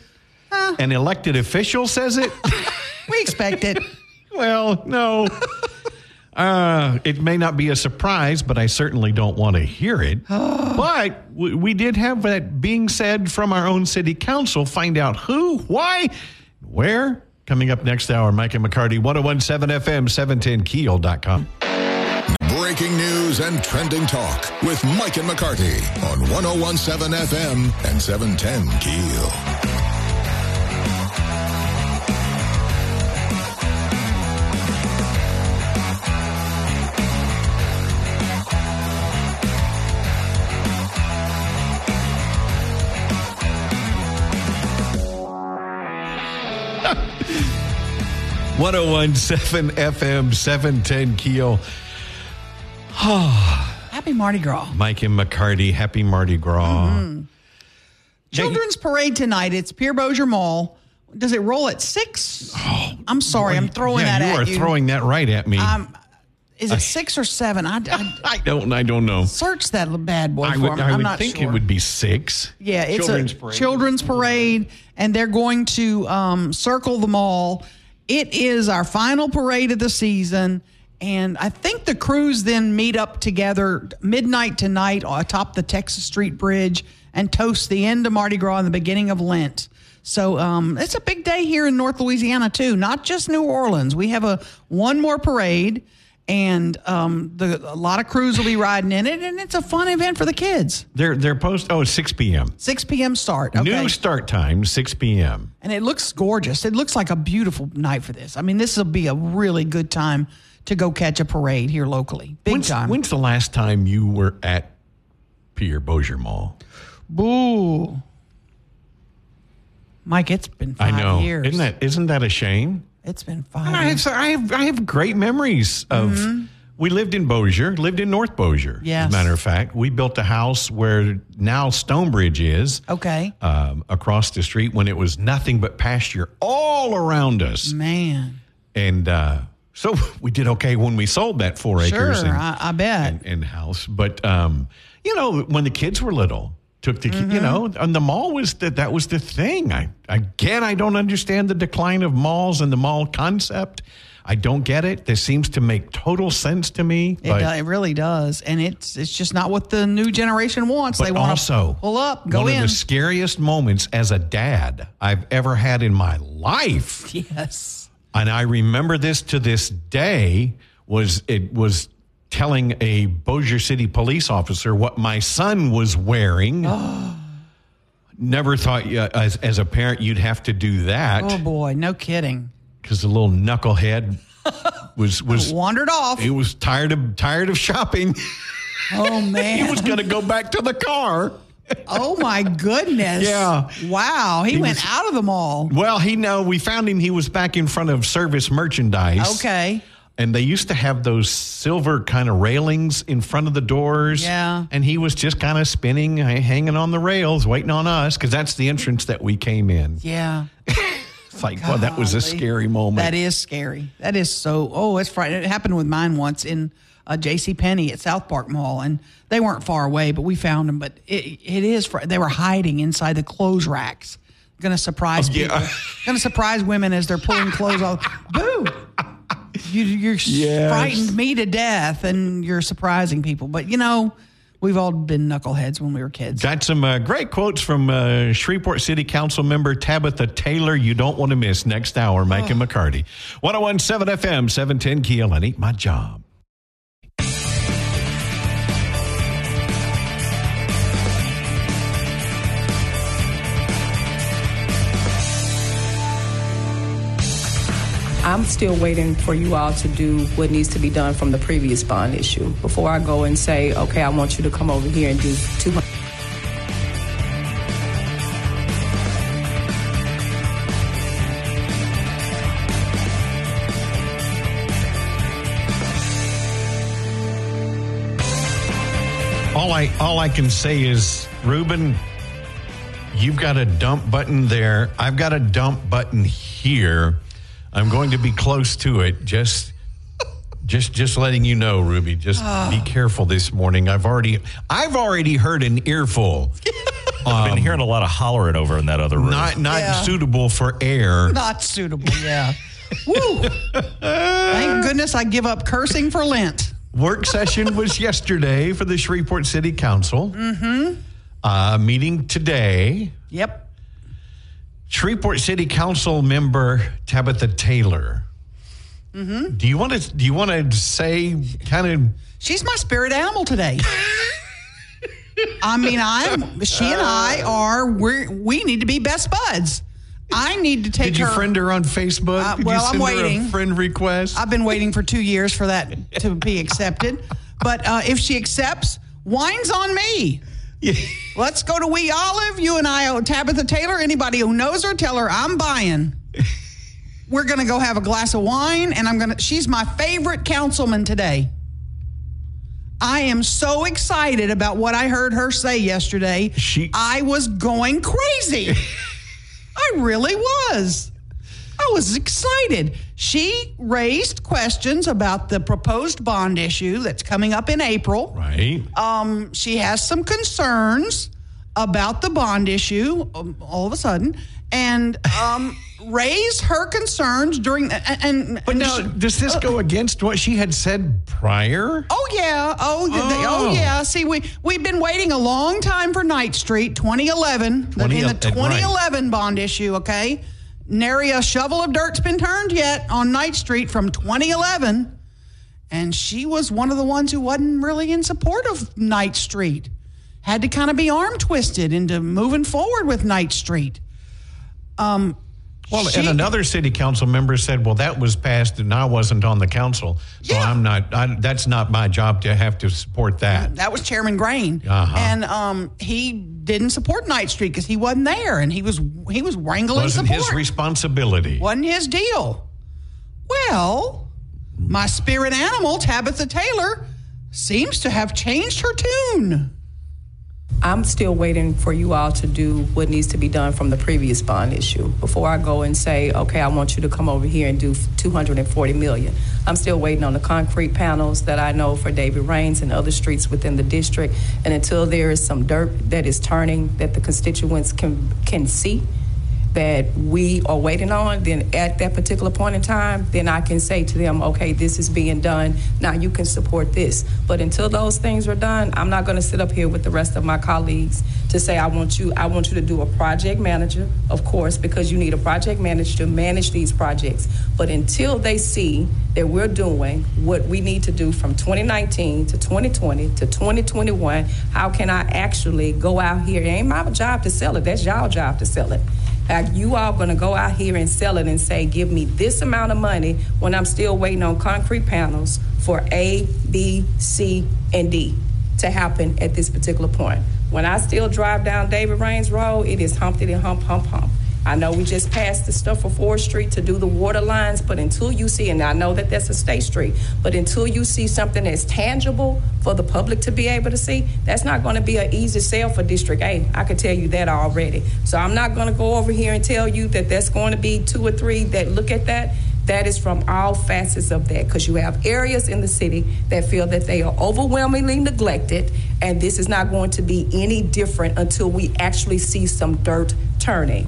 Speaker 2: an elected official says it,
Speaker 3: We expect
Speaker 2: *laughs*
Speaker 3: it.
Speaker 2: well, no. Uh, it may not be a surprise, but I certainly don't want to hear it. but we, we did have that being said from our own city council. Find out who, why, where. Coming up next hour, Mike and McCarty, 1017 FM, 710keel.com.
Speaker 1: Breaking news and trending talk with Mike and McCarty on 1017 FM and 710 Keel.
Speaker 2: One zero one seven FM 710 Keel.
Speaker 3: Happy Mardi Gras.
Speaker 2: Mike and McCarty, happy Mardi Gras.
Speaker 3: Mm-hmm. Children's parade tonight. It's Pierre Bozier Mall. Does it roll at six?
Speaker 2: *gasps*
Speaker 3: I'm sorry. I'm throwing
Speaker 2: yeah,
Speaker 3: that
Speaker 2: you
Speaker 3: at
Speaker 2: are
Speaker 3: you.
Speaker 2: throwing that right at me.
Speaker 3: Is it six or seven? I, I
Speaker 2: *laughs* I don't I don't know.
Speaker 3: search that little bad boy
Speaker 2: I
Speaker 3: for
Speaker 2: would,
Speaker 3: me.
Speaker 2: I
Speaker 3: I'm
Speaker 2: would
Speaker 3: not
Speaker 2: think
Speaker 3: sure.
Speaker 2: it would be six.
Speaker 3: Yeah, it's
Speaker 2: Children's
Speaker 3: a
Speaker 2: parade.
Speaker 3: children's parade, and they're going to um, circle the mall. It is our final parade of the season, and I think the crews then meet up together midnight tonight atop the Texas Street Bridge and toast the end of Mardi Gras and the beginning of Lent. So um, it's a big day here in North Louisiana too, not just New Orleans. We have a one more parade, and um, the, a lot of crews will be riding in it, and it's a fun event for the kids.
Speaker 2: They're they're post oh it's six PM.
Speaker 3: 6 p.m. start. Okay?
Speaker 2: New start time, six PM.
Speaker 3: And it looks gorgeous. It looks like a beautiful night for this. I mean, this will be a really good time to go catch a parade here locally. Big
Speaker 2: When's,
Speaker 3: time.
Speaker 2: when's the last time you were at Pierre Bozier Mall?
Speaker 3: Boo. Mike, it's been
Speaker 2: I
Speaker 3: five
Speaker 2: know.
Speaker 3: years.
Speaker 2: Isn't that isn't that a shame?
Speaker 3: It's been five
Speaker 2: I
Speaker 3: years.
Speaker 2: have, I have I have great memories of. We lived in Bossier, lived in North Bossier.
Speaker 3: Mm-hmm. Yes.
Speaker 2: As a matter of fact, we built a house where now Stonebridge is.
Speaker 3: Okay.
Speaker 2: Um, across the street, when it was nothing but pasture all around us,
Speaker 3: Mm. Man.
Speaker 2: and uh, so *laughs* we did okay when we sold that four acres
Speaker 3: Sure,
Speaker 2: and,
Speaker 3: I, I bet.
Speaker 2: and, and house. But um, you know, when the kids were little, took the ki-
Speaker 3: Mm-hmm.
Speaker 2: you know, and the mall was that that was the thing. I again, I don't understand the decline of malls and the mall concept. I don't get it. This seems to make total sense to me.
Speaker 3: It,
Speaker 2: but
Speaker 3: do- it really does. And it's it's just not what the new generation wants.
Speaker 2: but
Speaker 3: they want
Speaker 2: also
Speaker 3: to pull up, go
Speaker 2: one
Speaker 3: in. *laughs*
Speaker 2: of the scariest moments as a dad I've ever had in my life.
Speaker 3: yes.
Speaker 2: and I remember this to this day was it was telling a Bossier City police officer what my son was
Speaker 3: *gasps*
Speaker 2: wearing. Never thought uh, as, as a parent you'd have to do
Speaker 3: Oh,
Speaker 2: that
Speaker 3: boy. No kidding.
Speaker 2: because the little
Speaker 3: *laughs*
Speaker 2: knucklehead was was
Speaker 3: Wandered off.
Speaker 2: he was tired of tired of shopping. *laughs*
Speaker 3: Oh, man.
Speaker 2: he was going to go back to the car.
Speaker 3: Oh my goodness.
Speaker 2: Yeah.
Speaker 3: Wow. He, went
Speaker 2: was-
Speaker 3: out of the mall.
Speaker 2: Well, he know we found him. He was back in front of service merchandise.
Speaker 3: Okay.
Speaker 2: and they used to have those silver kind of railings in front of the doors.
Speaker 3: Yeah.
Speaker 2: And he was just kind of spinning, h- hanging on the rails, waiting on us because that's the entrance that we came in.
Speaker 3: Yeah.
Speaker 2: It's like, well, that was a scary moment.
Speaker 3: That is scary. That is so oh, it's frightening. It happened with mine once in uh, J.C. Penney at South Park Mall, and they weren't far away, but we found them. But it, it is fr- they were hiding inside the clothes racks. Going to surprise people. Going to surprise women as they're pulling clothes off. Boo! You, you're s
Speaker 2: Yes.
Speaker 3: frightened me to death, and you're surprising people. But you know, We've all been knuckleheads when we were kids.
Speaker 2: Got some uh, great quotes from uh, Shreveport City Council member Tabitha Taylor. You don't want to miss next hour, Mike
Speaker 3: Oh.
Speaker 2: and McCarty. 1017 FM, 710 Keel, and eat my job.
Speaker 6: I'm still waiting for you all to do what needs to be done from the previous bond issue before I go and say, okay, I want you to come over here and do 200.
Speaker 2: All I all I can say is, Ruben, you've got a dump button there. I've got a dump button here. I'm going to be close to it. Just just just letting you know, Ruby. Just be careful this morning. I've already I've already heard an earful.
Speaker 5: I've been hearing a lot of hollering over in that other room.
Speaker 2: Not not
Speaker 3: Yeah.
Speaker 2: suitable for air.
Speaker 3: Not suitable. Yeah. Woo. Thank goodness I give up cursing for Lent.
Speaker 2: Work session was yesterday for the Shreveport City Council. Mm-hmm. Uh, meeting today.
Speaker 3: Yep.
Speaker 2: Shreveport City Council member Tabitha Taylor.
Speaker 3: Mm-hmm.
Speaker 2: Do you want to? Do you want to say kind of?
Speaker 3: She's my spirit animal today. I mean, I'm. She and I are. We we need to be best buds. I need to take
Speaker 2: Did you
Speaker 3: her.
Speaker 2: friend her on Facebook?
Speaker 3: Uh,
Speaker 2: Did
Speaker 3: well,
Speaker 2: you
Speaker 3: I'm
Speaker 2: send Her
Speaker 3: waiting.
Speaker 2: a friend request.
Speaker 3: I've been waiting for two years for that to be accepted. But uh, if she accepts, wine's on me. Let's go to Wee Olive. You and I, oh, Tabitha Taylor. Anybody who knows her, tell her I'm buying. We're gonna go have a glass of wine, and I'm gonna. She's my favorite councilman today. I am so excited about what I heard her say yesterday.
Speaker 2: She-
Speaker 3: I was
Speaker 2: *laughs*
Speaker 3: going crazy. I really was. I was excited. She raised questions about the proposed bond issue that's coming up in April.
Speaker 2: right.
Speaker 3: Um, she has some concerns about the bond issue um, all of a sudden and um, *laughs* raise her concerns during the, and,
Speaker 2: but
Speaker 3: and
Speaker 2: now,
Speaker 3: she-
Speaker 2: does this go against what she had said prior?
Speaker 3: Oh yeah. Oh, th- th- oh.
Speaker 2: Oh.
Speaker 3: yeah. See, we we've been waiting a long time for Night Street 2011 the- in
Speaker 2: 20
Speaker 3: the
Speaker 2: right.
Speaker 3: 2011 bond issue, okay? Nary a shovel of dirt's been turned yet on Night Street from 2011. And she was one of the ones who wasn't really in support of Night Street. Had to kind of be arm twisted into moving forward with Night Street. Um
Speaker 2: Well,
Speaker 3: she-
Speaker 2: and another city council member said, "Well, that was passed, and I wasn't on the council, so
Speaker 3: Yeah.
Speaker 2: I'm not. I, that's not my job to have to support that."
Speaker 3: that was Chairman Grain,
Speaker 2: Uh-huh.
Speaker 3: and um, he didn't support Night Street because he wasn't there, and he was he was wrangling
Speaker 2: Wasn't
Speaker 3: support.
Speaker 2: his responsibility.
Speaker 3: wasn't his deal. Well, my spirit animal Tabitha Taylor seems to have changed her tune.
Speaker 6: I'm still waiting for you all to do what needs to be done from the previous bond issue before I go and say, okay, I want you to come over here and do 240 million. I'm still waiting on the concrete panels that I know for David Rains and other streets within the district. And until there is some dirt that is turning that the constituents can can see that we are waiting on, then at that particular point in time, then I can say to them, okay, this is being done. Now you can support this. But until those things are done, I'm not going to sit up here with the rest of my colleagues to say, I want you, I want you to do a project manager, of course, because you need a project manager to manage these projects. But until they see that we're doing what we need to do from 2019 to 2020 to 2021, how can I actually go out here? It ain't my job to sell it. That's y'all job to sell it. Are Uh, you all going to go out here and sell it and say, give me this amount of money when I'm still waiting on concrete panels for A, B, C, and D to happen at this particular point? When I still drive down David Rains Road, it is humpty and hump, hump, hump. I know we just passed the stuff for 4th Street to do the water lines, but until you see, and I know that that's a state street, but until you see something that's tangible for the public to be able to see, that's not going to be an easy sale for District A. I can tell you that already. So I'm not going to go over here and tell you that that's going to be two or three that look at that. That is from all facets of that, because you have areas in the city that feel that they are overwhelmingly neglected, and this is not going to be any different until we actually see some dirt turning.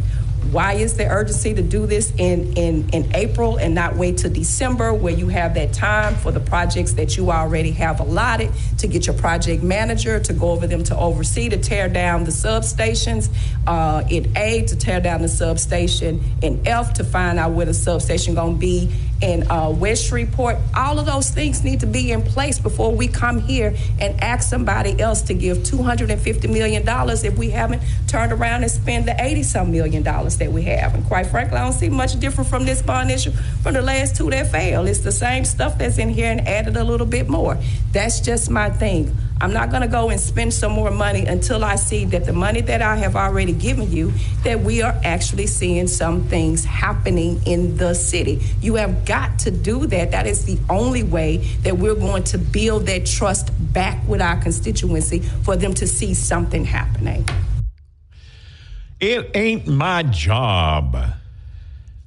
Speaker 6: Why is the urgency to do this in, in, in April and not wait till December where you have that time for the projects that you already have allotted to get your project manager to go over them to oversee, to tear down the substations uh, in A, to tear down the substation in F, to find out where the substation going to be in uh, West Shreveport. All of those things need to be in place before we come here and ask somebody else to give $250 million if we haven't turned around and spent the 80 some million dollars that we have. And quite frankly, I don't see much different from this bond issue from the last two that failed. It's the same stuff that's in here and added a little bit more. That's just my thing. I'm not going to go and spend some more money until I see that the money that I have already given you, that we are actually seeing some things happening in the city. You have got to do that. That is the only way that we're going to build that trust back with our constituency for them to see something happening.
Speaker 2: It ain't my job.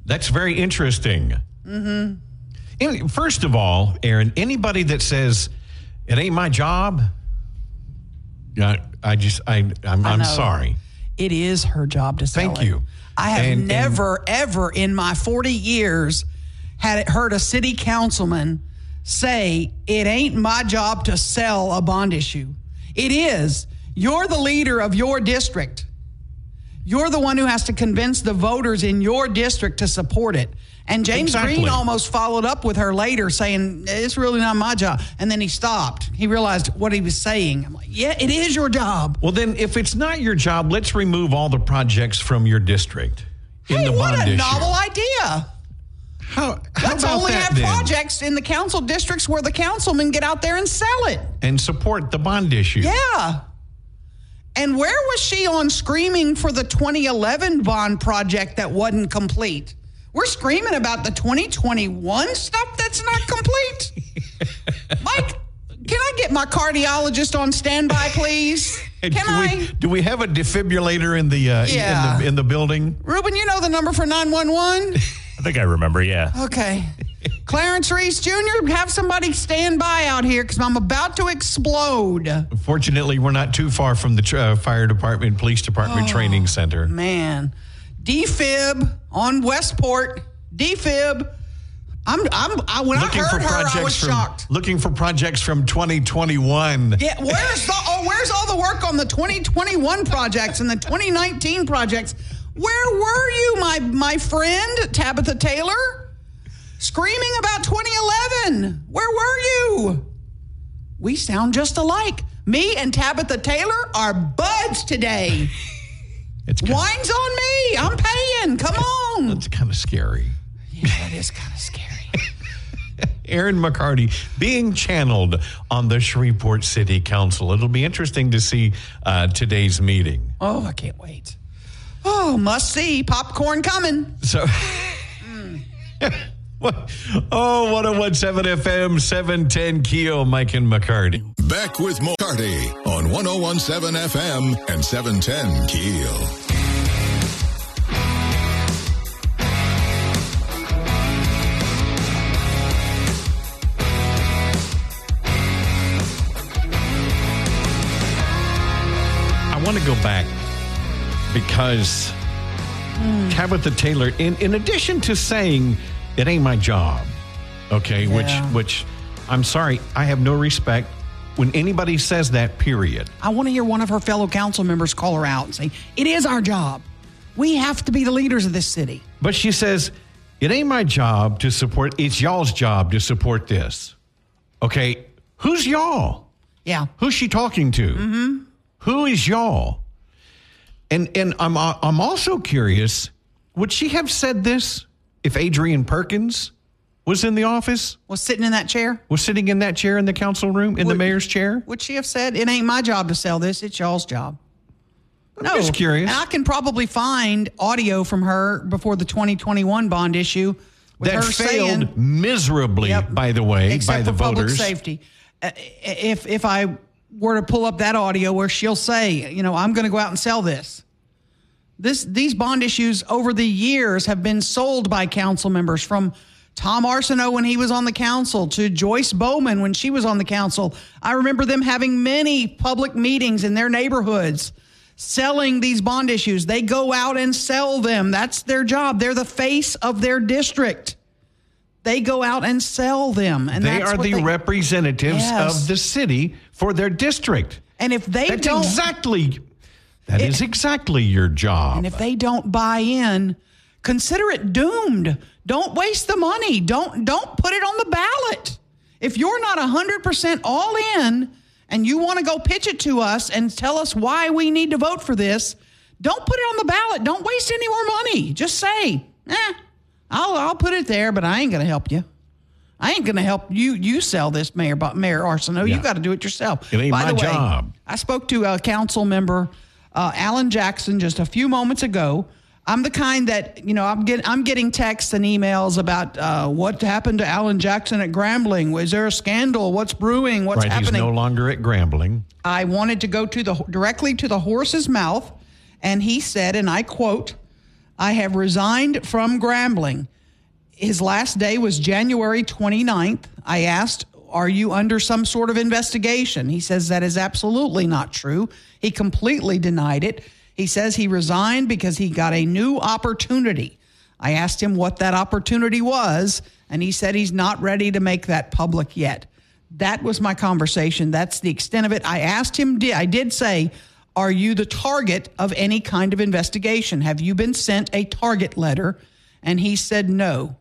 Speaker 2: That's very interesting. Mm-hmm. First of all, Aaron, anybody that says it ain't my job, I, I just I I'm,
Speaker 3: I
Speaker 2: I'm
Speaker 3: know.
Speaker 2: sorry.
Speaker 3: It is her job to sell
Speaker 2: Thank
Speaker 3: it.
Speaker 2: you.
Speaker 3: I have
Speaker 2: And- and-
Speaker 3: never, ever in my 40 years had it heard a city councilman say, It ain't my job to sell a bond issue. It is. You're the leader of your district. You're the one who has to convince the voters in your district to support it. And James
Speaker 2: Exactly.
Speaker 3: Green almost followed up with her later saying, It's really not my job. And then he stopped. He realized what he was saying. I'm like, Yeah, it is your job.
Speaker 2: Well, then, if it's not your job, let's remove all the projects from your district in
Speaker 3: hey,
Speaker 2: the
Speaker 3: what
Speaker 2: bond
Speaker 3: a
Speaker 2: issue.
Speaker 3: novel idea.
Speaker 2: How, how
Speaker 3: Let's
Speaker 2: about
Speaker 3: only
Speaker 2: that
Speaker 3: have
Speaker 2: then?
Speaker 3: projects in the council districts where the councilmen get out there and sell it.
Speaker 2: and support the bond issue.
Speaker 3: Yeah. And where was she on screaming for the 2011 bond project that wasn't complete? We're screaming about the 2021 stuff that's not
Speaker 2: *laughs*
Speaker 3: complete. Mike, can I get my cardiologist on standby,
Speaker 2: *laughs*
Speaker 3: please?
Speaker 2: And
Speaker 3: Can
Speaker 2: do
Speaker 3: I?
Speaker 2: We, do we have a defibrillator in the uh,
Speaker 3: Yeah.
Speaker 2: in the in the building?
Speaker 3: Ruben, you know the number for 911?
Speaker 5: I think I remember. Yeah.
Speaker 3: Okay. Clarence Reese Jr., have somebody stand by out here because I'm about to explode.
Speaker 2: Fortunately, we're not too far from the tr- uh, fire department, police department training center.
Speaker 3: Oh. Man, defib on Westport. Defib. I'm. I'm. I, when I heard her, I was
Speaker 2: from
Speaker 3: shocked.
Speaker 2: looking for projects from 2021.
Speaker 3: Yeah, where's the? Oh, where's all the work on the 2021 projects and the 2019 projects? Where were you, my my friend Tabitha Taylor, screaming about 2011? Where were you? We sound just alike. Me and Tabitha Taylor are buds *laughs* today.
Speaker 2: It's kind
Speaker 3: Wine's on me. I'm paying. Come
Speaker 2: Of,
Speaker 3: on.
Speaker 2: it's kind of scary.
Speaker 3: Yeah, that is kind of scary.
Speaker 2: *laughs* Aaron McCarty being channeled on the Shreveport City Council. It'll be interesting to see uh, today's meeting.
Speaker 3: Oh, I can't wait. Oh, must see. Popcorn coming.
Speaker 2: So, *laughs*
Speaker 3: Mm.
Speaker 2: What- oh, 1017 FM, 710 Keo, Mike and McCarty.
Speaker 1: Back with more McCarty on 1017 FM and 710 Keel.
Speaker 2: I want to go back because Tabitha Taylor, in, in addition to saying it ain't my job, okay,
Speaker 3: Yeah.
Speaker 2: which which I'm sorry, I have no respect when anybody says that. Period.
Speaker 3: I want to hear one of her fellow council members call her out and say, It is our job. We have to be the leaders of this city.
Speaker 2: But she says it ain't my job to support. It's y'all's job to support this. Okay, who's y'all?
Speaker 3: Yeah.
Speaker 2: Who's she talking to? Mm-hmm. is y'all? And and I'm uh, I'm also curious. Would she have said this if Adrian Perkins was in the office,
Speaker 3: Was sitting in that chair?
Speaker 2: was sitting in that chair in the council room, in the
Speaker 3: Would-
Speaker 2: mayor's chair?
Speaker 3: Would she have said, It ain't my job to sell this, it's y'all's job? No.
Speaker 2: just curious.
Speaker 3: And I can probably find audio from her before the 2021 bond issue. With
Speaker 2: That
Speaker 3: her
Speaker 2: failed
Speaker 3: saying,
Speaker 2: miserably,
Speaker 3: Yep.
Speaker 2: by the way,
Speaker 3: except
Speaker 2: by the
Speaker 3: for public
Speaker 2: voters.
Speaker 3: safety. Uh, If if I were to pull up that audio where she'll say, you know, I'm going to go out and sell this. This these bond issues over the years have been sold by council members from Tom Arsenault when he was on the council to Joyce Bowman when she was on the council. I remember them having many public meetings in their neighborhoods selling these bond issues. They go out and sell them. That's their job. They're the face of their district. They go out and sell them. And
Speaker 2: They
Speaker 3: that's
Speaker 2: are
Speaker 3: what
Speaker 2: the representatives
Speaker 3: Yes.
Speaker 2: of the city for their district.
Speaker 3: And if they
Speaker 2: That's
Speaker 3: don't
Speaker 2: exactly that is exactly your job.
Speaker 3: And if they don't buy in, consider it doomed. Don't waste the money. Don't don't put it on the ballot. If you're not 100% all in and you want to go pitch it to us and tell us why we need to vote for this, don't put it on the ballot. Don't waste any more money. Just say, "Eh, I'll I'll put it there, but I ain't going to help you." I ain't going to help you. You sell this, Mayor Bo- Mayor Arsenault.
Speaker 2: Yeah.
Speaker 3: You got to do it yourself.
Speaker 2: It ain't
Speaker 3: By
Speaker 2: my
Speaker 3: the way,
Speaker 2: job.
Speaker 3: I spoke to a council member, uh, Alan Jackson, just a few moments ago. I'm the kind that you know. I'm getting I'm getting texts and emails about uh, what happened to Alan Jackson at Grambling. Was there a scandal? What's brewing? What's
Speaker 2: right, he's
Speaker 3: happening?
Speaker 2: no longer at Grambling.
Speaker 3: I wanted to go to the directly to the horse's mouth, and he said, and I quote, "I have resigned from Grambling." His last day was January 29th. I asked, "Are you under some sort of investigation?" He says that is absolutely not true. He completely denied it. He says he resigned because he got a new opportunity. I asked him what that opportunity was, and he said he's not ready to make that public yet. That was my conversation. That's the extent of it. I asked him, di- I did say, Are you the target of any kind of investigation? Have you been sent a target letter? And he said, No,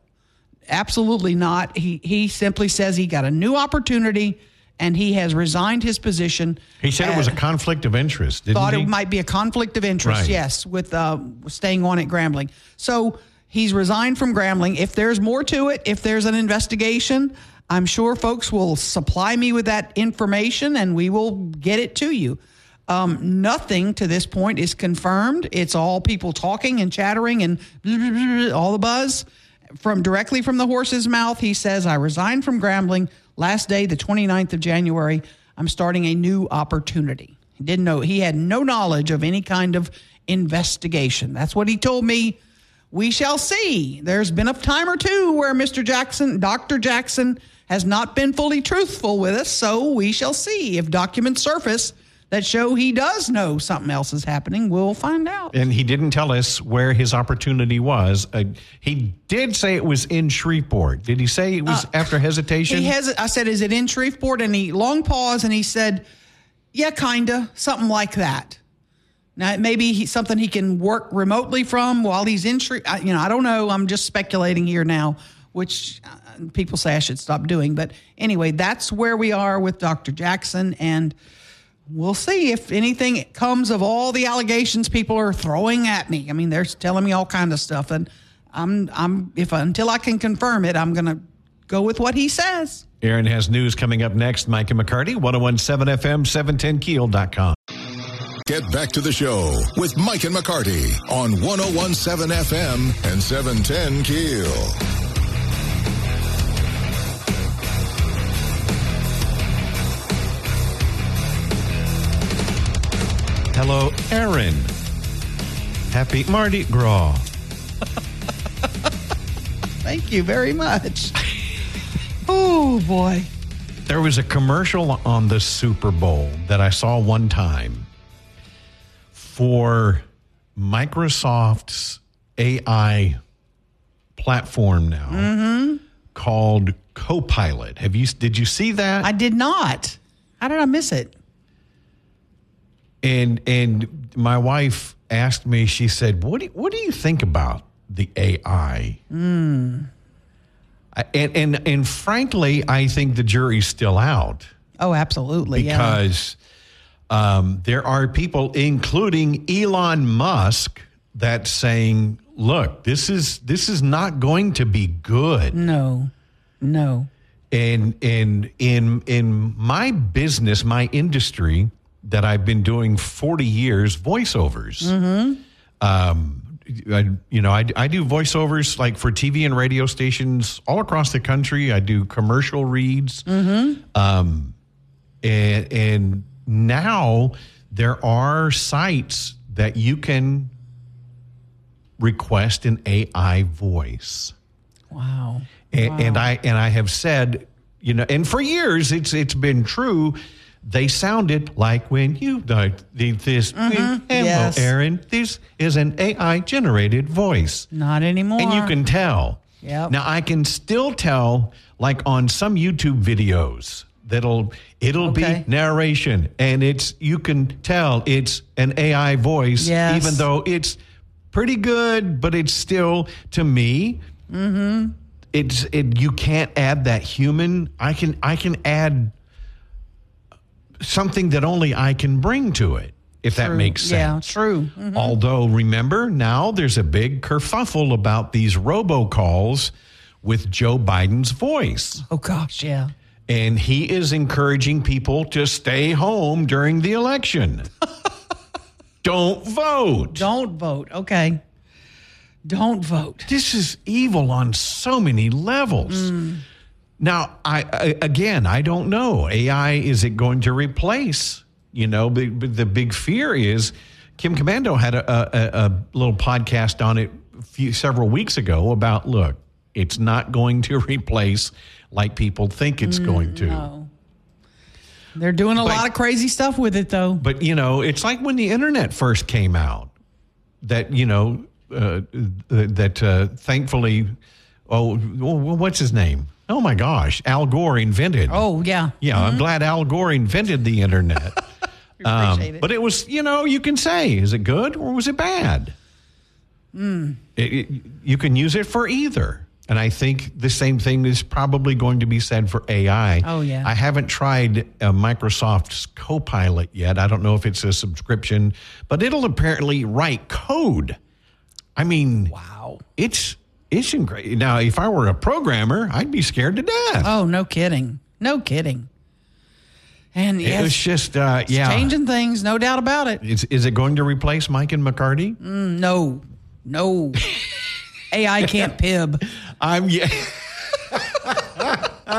Speaker 3: absolutely not. He, he simply says he got a new opportunity and he has resigned his position.
Speaker 2: He said it was a conflict of interest, didn't
Speaker 3: Thought
Speaker 2: he?
Speaker 3: it might be a conflict of interest,
Speaker 2: Right.
Speaker 3: yes, with uh, staying on at Grambling. So he's resigned from Grambling. If there's more to it, if there's an investigation, I'm sure folks will supply me with that information and we will get it to you. Um, nothing to this point is confirmed. It's all people talking and chattering and *laughs* all the buzz from directly from the horse's mouth. He says, I resigned from Grambling last day, the 29th of January. I'm starting a new opportunity. He didn't know, he had no knowledge of any kind of investigation. That's what he told me. We shall see. There's been a time or two where Mr. Jackson, Dr. Jackson, has not been fully truthful with us, so we shall see if documents surface that show he does know something else is happening. We'll find out.
Speaker 2: and he didn't tell us where his opportunity was. Uh, he did say it was in Shreveport. Did he say it was after hesitation?
Speaker 3: Uh, He has. I said, "Is it in Shreveport?" And he long pause, and he said, "Yeah, kinda, something like that." Now it may be he, something he can work remotely from while he's in Shre- I You know, I don't know. I'm just speculating here now, which uh, people say I should stop doing. But anyway, that's where we are with Dr. Jackson, and we'll see if anything comes of all the allegations people are throwing at me. I mean, they're telling me all kind of stuff, and I'm I'm if until I can confirm it, I'm gonna go with what he says.
Speaker 2: Aaron has news coming up next. Mike and McCarty, 1017 FM, 710keel.com.
Speaker 1: Get back to the show with Mike and McCarty on 1017 FM and 710 Keel.
Speaker 2: Hello, Aaron. Happy Mardi Gras.
Speaker 3: Thank you very much. oh boy.
Speaker 2: There was a commercial on the Super Bowl that I saw one time for Microsoft's AI platform now called Copilot. Have you did you see that?
Speaker 3: I did not. How did I miss it?
Speaker 2: and and my wife asked me she said what do you, what do you think about the ai I- and and and frankly i think the jury's still out
Speaker 3: Oh, absolutely. yeah.
Speaker 2: because um, there are people including elon musk that's saying look this is this is not going to be good
Speaker 3: No. No.
Speaker 2: and and in in my business my industry that i've been doing 40 years voiceovers um I, you know I, I do voiceovers like for tv and radio stations all across the country i do commercial reads um and and now there are sites that you can request an ai voice
Speaker 3: Wow.
Speaker 2: and, and I and I have said, you know, and for years it's it's been true They sounded like when you did this. Hello,
Speaker 3: Mm-hmm. Yes.
Speaker 2: Aaron. This is an AI generated voice.
Speaker 3: Not anymore.
Speaker 2: And you can tell.
Speaker 3: Yep.
Speaker 2: Now I can still tell, like on some YouTube videos, that'll it'll
Speaker 3: Okay.
Speaker 2: be narration, and it's you can tell it's an AI voice,
Speaker 3: Yes.
Speaker 2: even though it's pretty good, but it's still to me.
Speaker 3: Mm-hmm.
Speaker 2: It's it. You can't add that human. I can I can add something that only I can bring to it. If that makes
Speaker 3: Yeah,
Speaker 2: sense.
Speaker 3: true.
Speaker 2: Mm-hmm. Although, remember, now there's a big kerfuffle about these robocalls with Joe Biden's voice.
Speaker 3: Oh gosh, yeah.
Speaker 2: And he is encouraging people to stay home during the election. Don't vote.
Speaker 3: Don't vote. Okay. Don't vote.
Speaker 2: This is evil on so many levels. Now, I, I again, I don't know. AI is it going to replace? You know, the, the big fear is Kim Commando had a, a, a little podcast on it few, several weeks ago about look, it's not going to *laughs* replace like people think it's going to.
Speaker 3: They're doing a
Speaker 2: But-
Speaker 3: lot of crazy stuff with it though.
Speaker 2: But you know, it's like when the internet first came out. That you know, uh, that uh, thankfully, oh, wh- wh- what's his name? Oh my gosh, Al Gore invented.
Speaker 3: oh, yeah.
Speaker 2: yeah, I'm glad Al Gore invented the internet. *laughs* Um,
Speaker 3: Appreciate it.
Speaker 2: But it was, you know, you can say, is it good or was it bad?
Speaker 3: Hmm.
Speaker 2: It- it- you can use it for either. And I think the same thing is probably going to be said for AI.
Speaker 3: Oh, yeah.
Speaker 2: I haven't tried uh, Microsoft's Copilot yet. I don't know if it's a subscription, but it'll apparently write code. I mean, wow. It's it's incredible. Now, if I were a programmer, I'd be scared to death.
Speaker 3: Oh, no kidding. No kidding. And
Speaker 2: it
Speaker 3: yes,
Speaker 2: was just uh,
Speaker 3: it's
Speaker 2: yeah.
Speaker 3: changing things, no doubt about it.
Speaker 2: Is, is it going to replace Mike and McCarty?
Speaker 3: No,
Speaker 2: *laughs*
Speaker 3: no. AI can't pib.
Speaker 2: I'm yeah.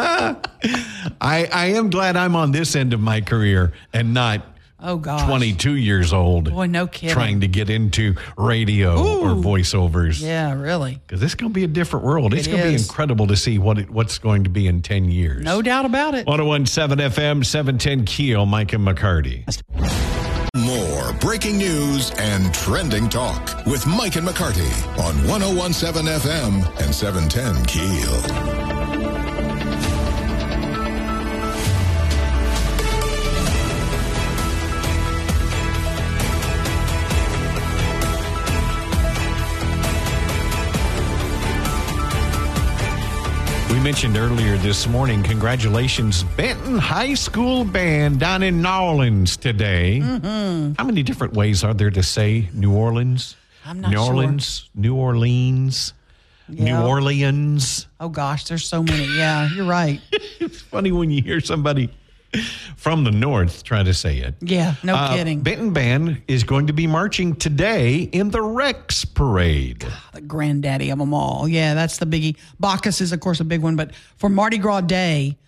Speaker 2: I I am glad I'm on this end of my career and not
Speaker 3: Oh gosh.
Speaker 2: 22 years old.
Speaker 3: Boy, no kidding.
Speaker 2: Trying to get into radio or voiceovers.
Speaker 3: Yeah, really.
Speaker 2: Because this is going to be a different world. It's
Speaker 3: It
Speaker 2: going to be
Speaker 3: is.
Speaker 2: incredible to see what it, what's going to be in 10 years.
Speaker 3: No doubt about it.
Speaker 2: 1017 FM, 710 Keel, Mike and McCarty.
Speaker 1: More breaking news and trending talk with Mike and McCarty on 1017 FM and 710 Keel.
Speaker 2: We mentioned earlier this morning, congratulations, Benton High School Band down in New Orleans today.
Speaker 3: Mm-hmm.
Speaker 2: How many different ways are there to say New Orleans?
Speaker 3: I'm not
Speaker 2: New
Speaker 3: sure.
Speaker 2: Orleans, New Orleans,
Speaker 3: Yeah.
Speaker 2: New Orleans.
Speaker 3: Oh gosh, there's so many. Yeah, you're right.
Speaker 2: It's funny when you hear somebody from the north try to say it.
Speaker 3: Yeah, no
Speaker 2: Uh,
Speaker 3: kidding.
Speaker 2: Benton Band is going to be marching today in the Rex Parade.
Speaker 3: the granddaddy of them all. Yeah, that's the biggie. Bacchus is, of course, a big one, but for Mardi Gras Day,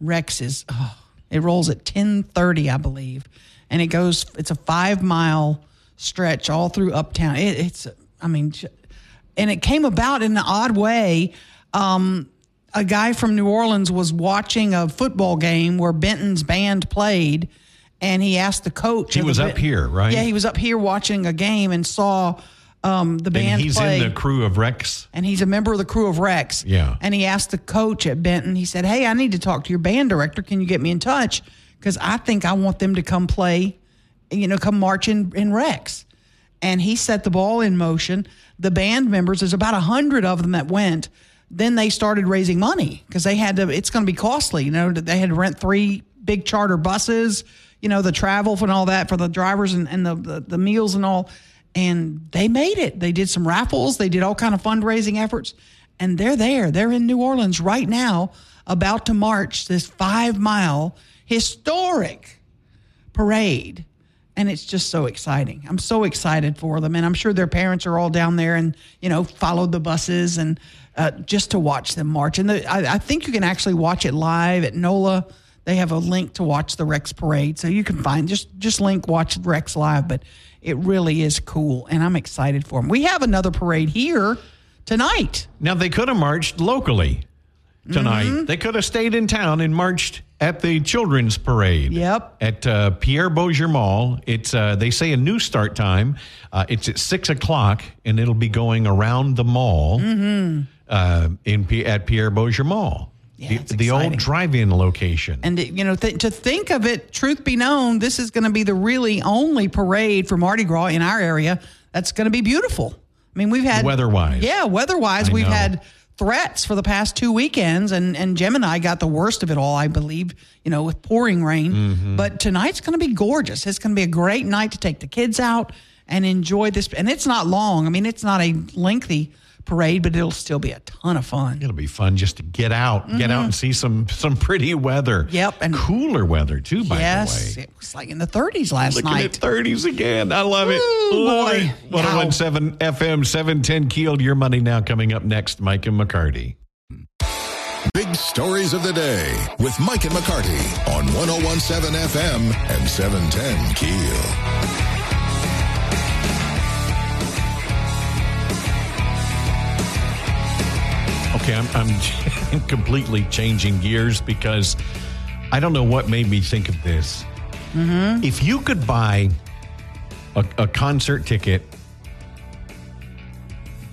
Speaker 3: Rex is. Oh, it rolls at ten thirty, I believe, and it goes. It's a five mile stretch all through Uptown. It, it's, I mean, j- and it came about in an odd way. Um, a guy from New Orleans was watching a football game where Benton's band played, and he asked the coach.
Speaker 2: He
Speaker 3: of the
Speaker 2: was up
Speaker 3: Bent-
Speaker 2: here, right?
Speaker 3: Yeah, he was up here watching a game and saw um, the band
Speaker 2: and he's
Speaker 3: play
Speaker 2: in the crew of Rex.
Speaker 3: and he's a member of the crew of Rex.
Speaker 2: Yeah.
Speaker 3: And he asked the coach at Benton, he said, Hey, I need to talk to your band director. Can you get me in touch? Because I think I want them to come play, you know, come march in, in Rex. And he set the ball in motion. The band members, there's about a hundred of them that went. Then they started raising money because they had to, it's going to be costly. You know, they had to rent three big charter buses, you know, the travel and all that for the drivers and, and the, the, the meals and all and they made it. They did some raffles, they did all kind of fundraising efforts, and they're there. They're in New Orleans right now, about to march this five mile historic parade. And it's just so exciting. I'm so excited for them. And I'm sure their parents are all down there and, you know, followed the buses and uh, just to watch them march. And the, I, I think you can actually watch it live at NOLA. They have a link to watch the Rex parade. So you can find just, just link watch Rex live. But it really is cool. And I'm excited for them. We have another parade here tonight.
Speaker 2: Now, they could have marched locally. tonight.
Speaker 3: Mm-hmm.
Speaker 2: They could have stayed in town and marched at the children's parade.
Speaker 3: Yep.
Speaker 2: At uh, Pierre Bossier Mall. It's uh, they say a new start time. Uh, it's at six o'clock, and it'll be going around the mall uh, in P- at Pierre Bossier Mall.
Speaker 3: Mm-hmm. Yeah,
Speaker 2: the,
Speaker 3: it's
Speaker 2: the old
Speaker 3: exciting.
Speaker 2: drive-in location.
Speaker 3: And you know, th- to think of it, truth be known, this is going to be the really only parade for Mardi Gras in our area that's going to be beautiful. I mean, we've had
Speaker 2: Weather-wise.
Speaker 3: yeah, weather-wise,
Speaker 2: I
Speaker 3: we've
Speaker 2: know.
Speaker 3: had threats for the past two weekends, and and Gemini got the worst of it all, I believe. You know, with pouring rain,
Speaker 2: Mm-hmm.
Speaker 3: but tonight's going to be gorgeous. It's going to be a great night to take the kids out and enjoy this. And it's not long. I mean, it's not a lengthy parade, but it'll still be a ton of fun.
Speaker 2: It'll be fun just to get out, get out and see some some pretty weather.
Speaker 3: Mm-hmm. Yep, and-
Speaker 2: cooler weather too. By
Speaker 3: yes,
Speaker 2: the way,
Speaker 3: it was like in the 30s last
Speaker 2: looking
Speaker 3: night.
Speaker 2: at thirties again. I love it.
Speaker 3: Ooh,
Speaker 2: love
Speaker 3: boy.
Speaker 2: it. One hundred one seven FM seven ten Keel. Your money now coming up next. Mike and McCarty.
Speaker 1: Big stories of the day with Mike and McCarty on 1017 FM and 710 Keel.
Speaker 2: Okay, I'm, I'm *laughs* completely changing gears because I don't know what made me think of this. If you could buy a, a concert ticket,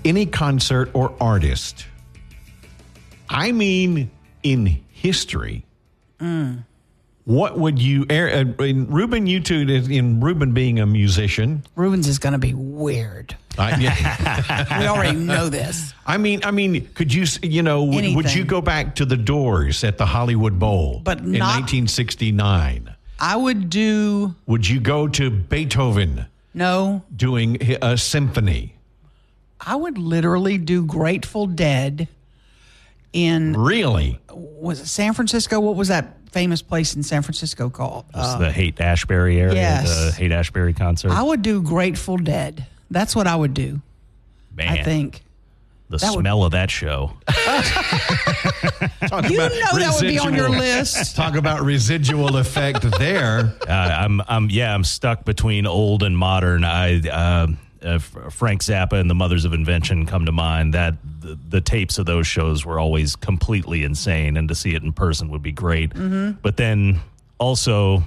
Speaker 2: any concert or artist, I mean, in history, what would you, Er- uh, in Ruben, you two, in Ruben being a musician,
Speaker 3: Rubens is going to be weird.
Speaker 2: I, yeah. *laughs*
Speaker 3: We already know this.
Speaker 2: I mean, I mean, could you, s- you know, would, would
Speaker 3: Anything.
Speaker 2: you go back to the Doors at the Hollywood Bowl
Speaker 3: But
Speaker 2: in
Speaker 3: not-
Speaker 2: 1969?
Speaker 3: I would do
Speaker 2: Would you go to Beethoven
Speaker 3: no.
Speaker 2: doing hi- a symphony?
Speaker 3: I would literally do Grateful Dead in
Speaker 2: Really?
Speaker 3: was it San Francisco? What was that famous place in San Francisco called? Uh,
Speaker 5: the Hate Ashbury area,
Speaker 3: yes.
Speaker 5: the Hate Ashbury concert.
Speaker 3: I would do Grateful Dead. That's what I would do.
Speaker 5: Man,
Speaker 3: I think.
Speaker 5: the
Speaker 3: that would-
Speaker 5: smell of that show.
Speaker 2: Talk
Speaker 3: You know that would be on
Speaker 2: *laughs*
Speaker 3: your list.
Speaker 2: Talk about residual effect
Speaker 3: *laughs*
Speaker 2: there.
Speaker 5: Uh, I'm, I'm, yeah, I'm stuck between old and modern. I, uh, uh, F- Frank Zappa and the Mothers of Invention come to mind. That the, the tapes of those shows were always completely insane, and to see it in person would be great.
Speaker 3: Mm-hmm.
Speaker 5: But then also.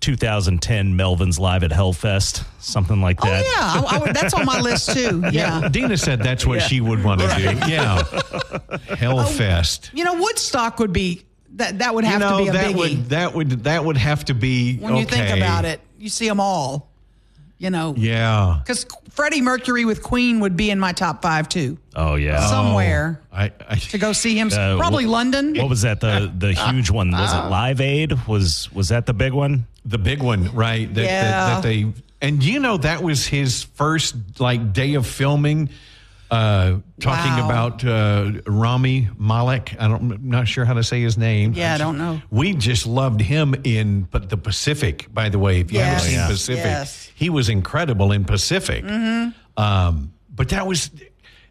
Speaker 5: 2010 Melvin's Live at Hellfest, something like
Speaker 3: Oh
Speaker 5: that.
Speaker 3: yeah, I, I would, that's on my
Speaker 2: *laughs*
Speaker 3: list too. Yeah.
Speaker 2: Dina said that's what she would want to do. Yeah. Hellfest.
Speaker 3: You know, Woodstock would be that. That would Oh,
Speaker 2: you
Speaker 3: have
Speaker 2: know
Speaker 3: to be a
Speaker 2: that
Speaker 3: biggie.
Speaker 2: would that would that would have to be
Speaker 3: when you think
Speaker 2: okay.
Speaker 3: about it, you see them all. You know.
Speaker 2: Yeah.
Speaker 3: Because Freddie Mercury with Queen would be in my top five too.
Speaker 5: Oh, yeah.
Speaker 3: Somewhere
Speaker 2: I, I
Speaker 3: to go see him,
Speaker 5: Uh,
Speaker 3: probably
Speaker 5: wh-
Speaker 3: London.
Speaker 5: What was that? The
Speaker 3: *laughs*
Speaker 5: the huge one was it? Live Aid was was that the big one?
Speaker 2: the big one, right? That,
Speaker 3: Yeah.
Speaker 2: that, that they and you know that was his first like day of filming. Uh, talking
Speaker 3: Wow.
Speaker 2: about uh, Rami Malek. I don't, I'm not sure how to say his name.
Speaker 3: Yeah, I don't know.
Speaker 2: We just loved him in but the Pacific. By the way, if you
Speaker 3: Yes.
Speaker 2: haven't seen
Speaker 3: Yeah.
Speaker 2: Pacific,
Speaker 3: Yes. Mm-hmm.
Speaker 2: he was incredible in Pacific. Um, but that was,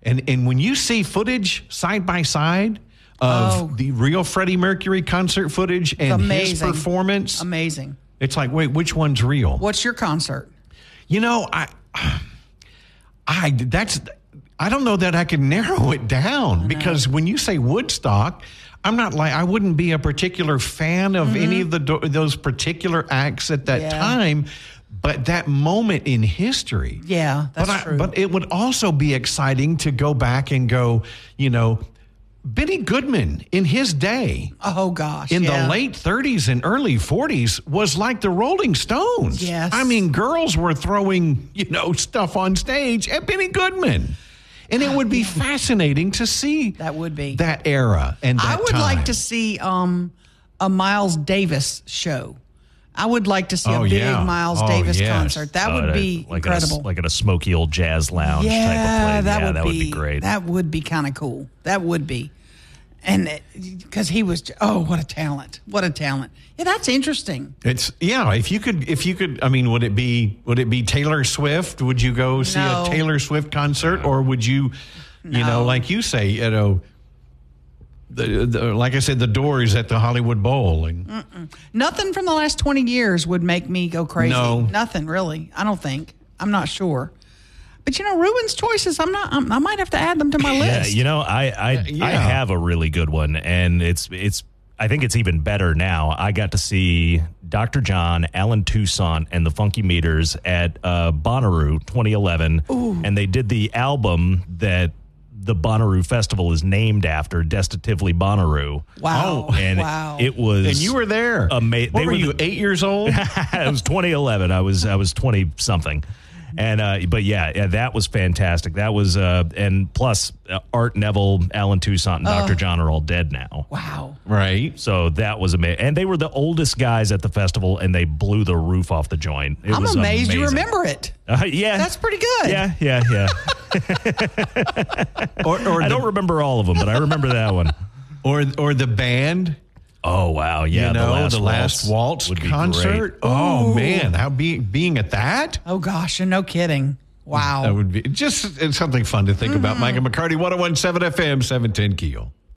Speaker 2: and and when you see footage side by side of
Speaker 3: Oh.
Speaker 2: the real Freddie Mercury concert footage and his
Speaker 3: amazing.
Speaker 2: performance,
Speaker 3: Amazing.
Speaker 2: it's like, wait, which one's real?
Speaker 3: What's your concert?
Speaker 2: You know, I, I that's I don't know that I can narrow it down because when you say Woodstock, I'm not like I wouldn't be a particular fan of any of the do- those particular acts at that
Speaker 3: Mm-hmm. Yeah.
Speaker 2: time, but that moment in history.
Speaker 3: Yeah,
Speaker 2: but
Speaker 3: that's
Speaker 2: I,
Speaker 3: true.
Speaker 2: But it would also be exciting to go back and go, you know, Benny Goodman in his day
Speaker 3: Oh gosh.
Speaker 2: in
Speaker 3: yeah.
Speaker 2: the late 30s and early 40s was like the Rolling Stones.
Speaker 3: Yes.
Speaker 2: I mean, girls were throwing, you know, stuff on stage at Benny Goodman. And it
Speaker 3: *laughs*
Speaker 2: would be fascinating to see
Speaker 3: That would be.
Speaker 2: that era and
Speaker 3: I
Speaker 2: that
Speaker 3: would
Speaker 2: time.
Speaker 3: like to see um, a Miles Davis show. I would like to see
Speaker 2: Oh,
Speaker 3: a big
Speaker 2: yeah.
Speaker 3: Miles
Speaker 2: Oh,
Speaker 3: Davis
Speaker 2: yes.
Speaker 3: concert. That
Speaker 5: Uh,
Speaker 3: would be
Speaker 5: like
Speaker 3: incredible.
Speaker 5: a, like at a smoky old jazz lounge type
Speaker 3: yeah,
Speaker 5: of place.
Speaker 3: that
Speaker 5: yeah,
Speaker 3: would
Speaker 5: that
Speaker 3: be,
Speaker 5: would be great.
Speaker 3: That would be kind of cool. That would be, and because he was, j- oh, what a talent! What a talent! Yeah, that's interesting.
Speaker 2: It's yeah. If you could, if you could, I mean, would it be would it be Taylor Swift? Would you go see
Speaker 3: No.
Speaker 2: a Taylor Swift concert, or would you, you know, like you say, you know, the, the like I said, the Doors at the Hollywood Bowl, and
Speaker 3: Nothing from the last 20 years would make me go crazy.
Speaker 2: No.
Speaker 3: Nothing really. I don't think. I'm not sure. But you know, Ruben's choices. I'm not. I'm, I might have to add them to my
Speaker 5: *laughs* Yeah,
Speaker 3: list. Uh,
Speaker 5: you know, I I, I
Speaker 2: yeah.
Speaker 5: have a really good one, and it's it's I think it's even better now. I got to see Dr. John, Alan Toussaint, and the Funky Meters at uh, Bonnaroo 2011, and they did the album that the Bonnaroo Festival is named after, Destitively Bonnaroo.
Speaker 3: Wow. Oh,
Speaker 5: and
Speaker 3: wow.
Speaker 5: it was
Speaker 2: And you were there.
Speaker 5: Ama-
Speaker 2: What
Speaker 5: they
Speaker 2: were,
Speaker 5: were
Speaker 2: you
Speaker 5: the-
Speaker 2: eight years
Speaker 5: *laughs*
Speaker 2: old?
Speaker 5: it was 2011. I was I was 20 something, and uh, but yeah, yeah, that was fantastic. That was uh, and plus uh, Art Neville, Alan
Speaker 3: Oh.
Speaker 5: Toussaint, and Dr. John are all dead now.
Speaker 3: wow.
Speaker 2: right.
Speaker 5: So that was amazing, and they were the oldest guys at the festival, and they blew the roof off the joint. It
Speaker 3: I'm
Speaker 5: was
Speaker 3: amazed
Speaker 5: amazing.
Speaker 3: you remember it.
Speaker 5: *laughs* Uh, yeah,
Speaker 3: That's pretty good.
Speaker 5: Yeah, yeah,
Speaker 3: *laughs*
Speaker 5: yeah.
Speaker 2: Or or
Speaker 5: I
Speaker 2: the,
Speaker 5: don't remember all of them, but I remember
Speaker 3: *laughs*
Speaker 5: that one.
Speaker 2: or or the band.
Speaker 5: Oh wow, yeah,
Speaker 2: you know, the last, waltz,
Speaker 5: would be great.
Speaker 2: concert. Oh man, how being being at that.
Speaker 3: Oh gosh, and no kidding. Wow.
Speaker 5: *laughs*
Speaker 2: Mm.
Speaker 5: oh
Speaker 2: That would be just it's something fun to think about. Micah McCarty, 1017 FM, 710 Keel.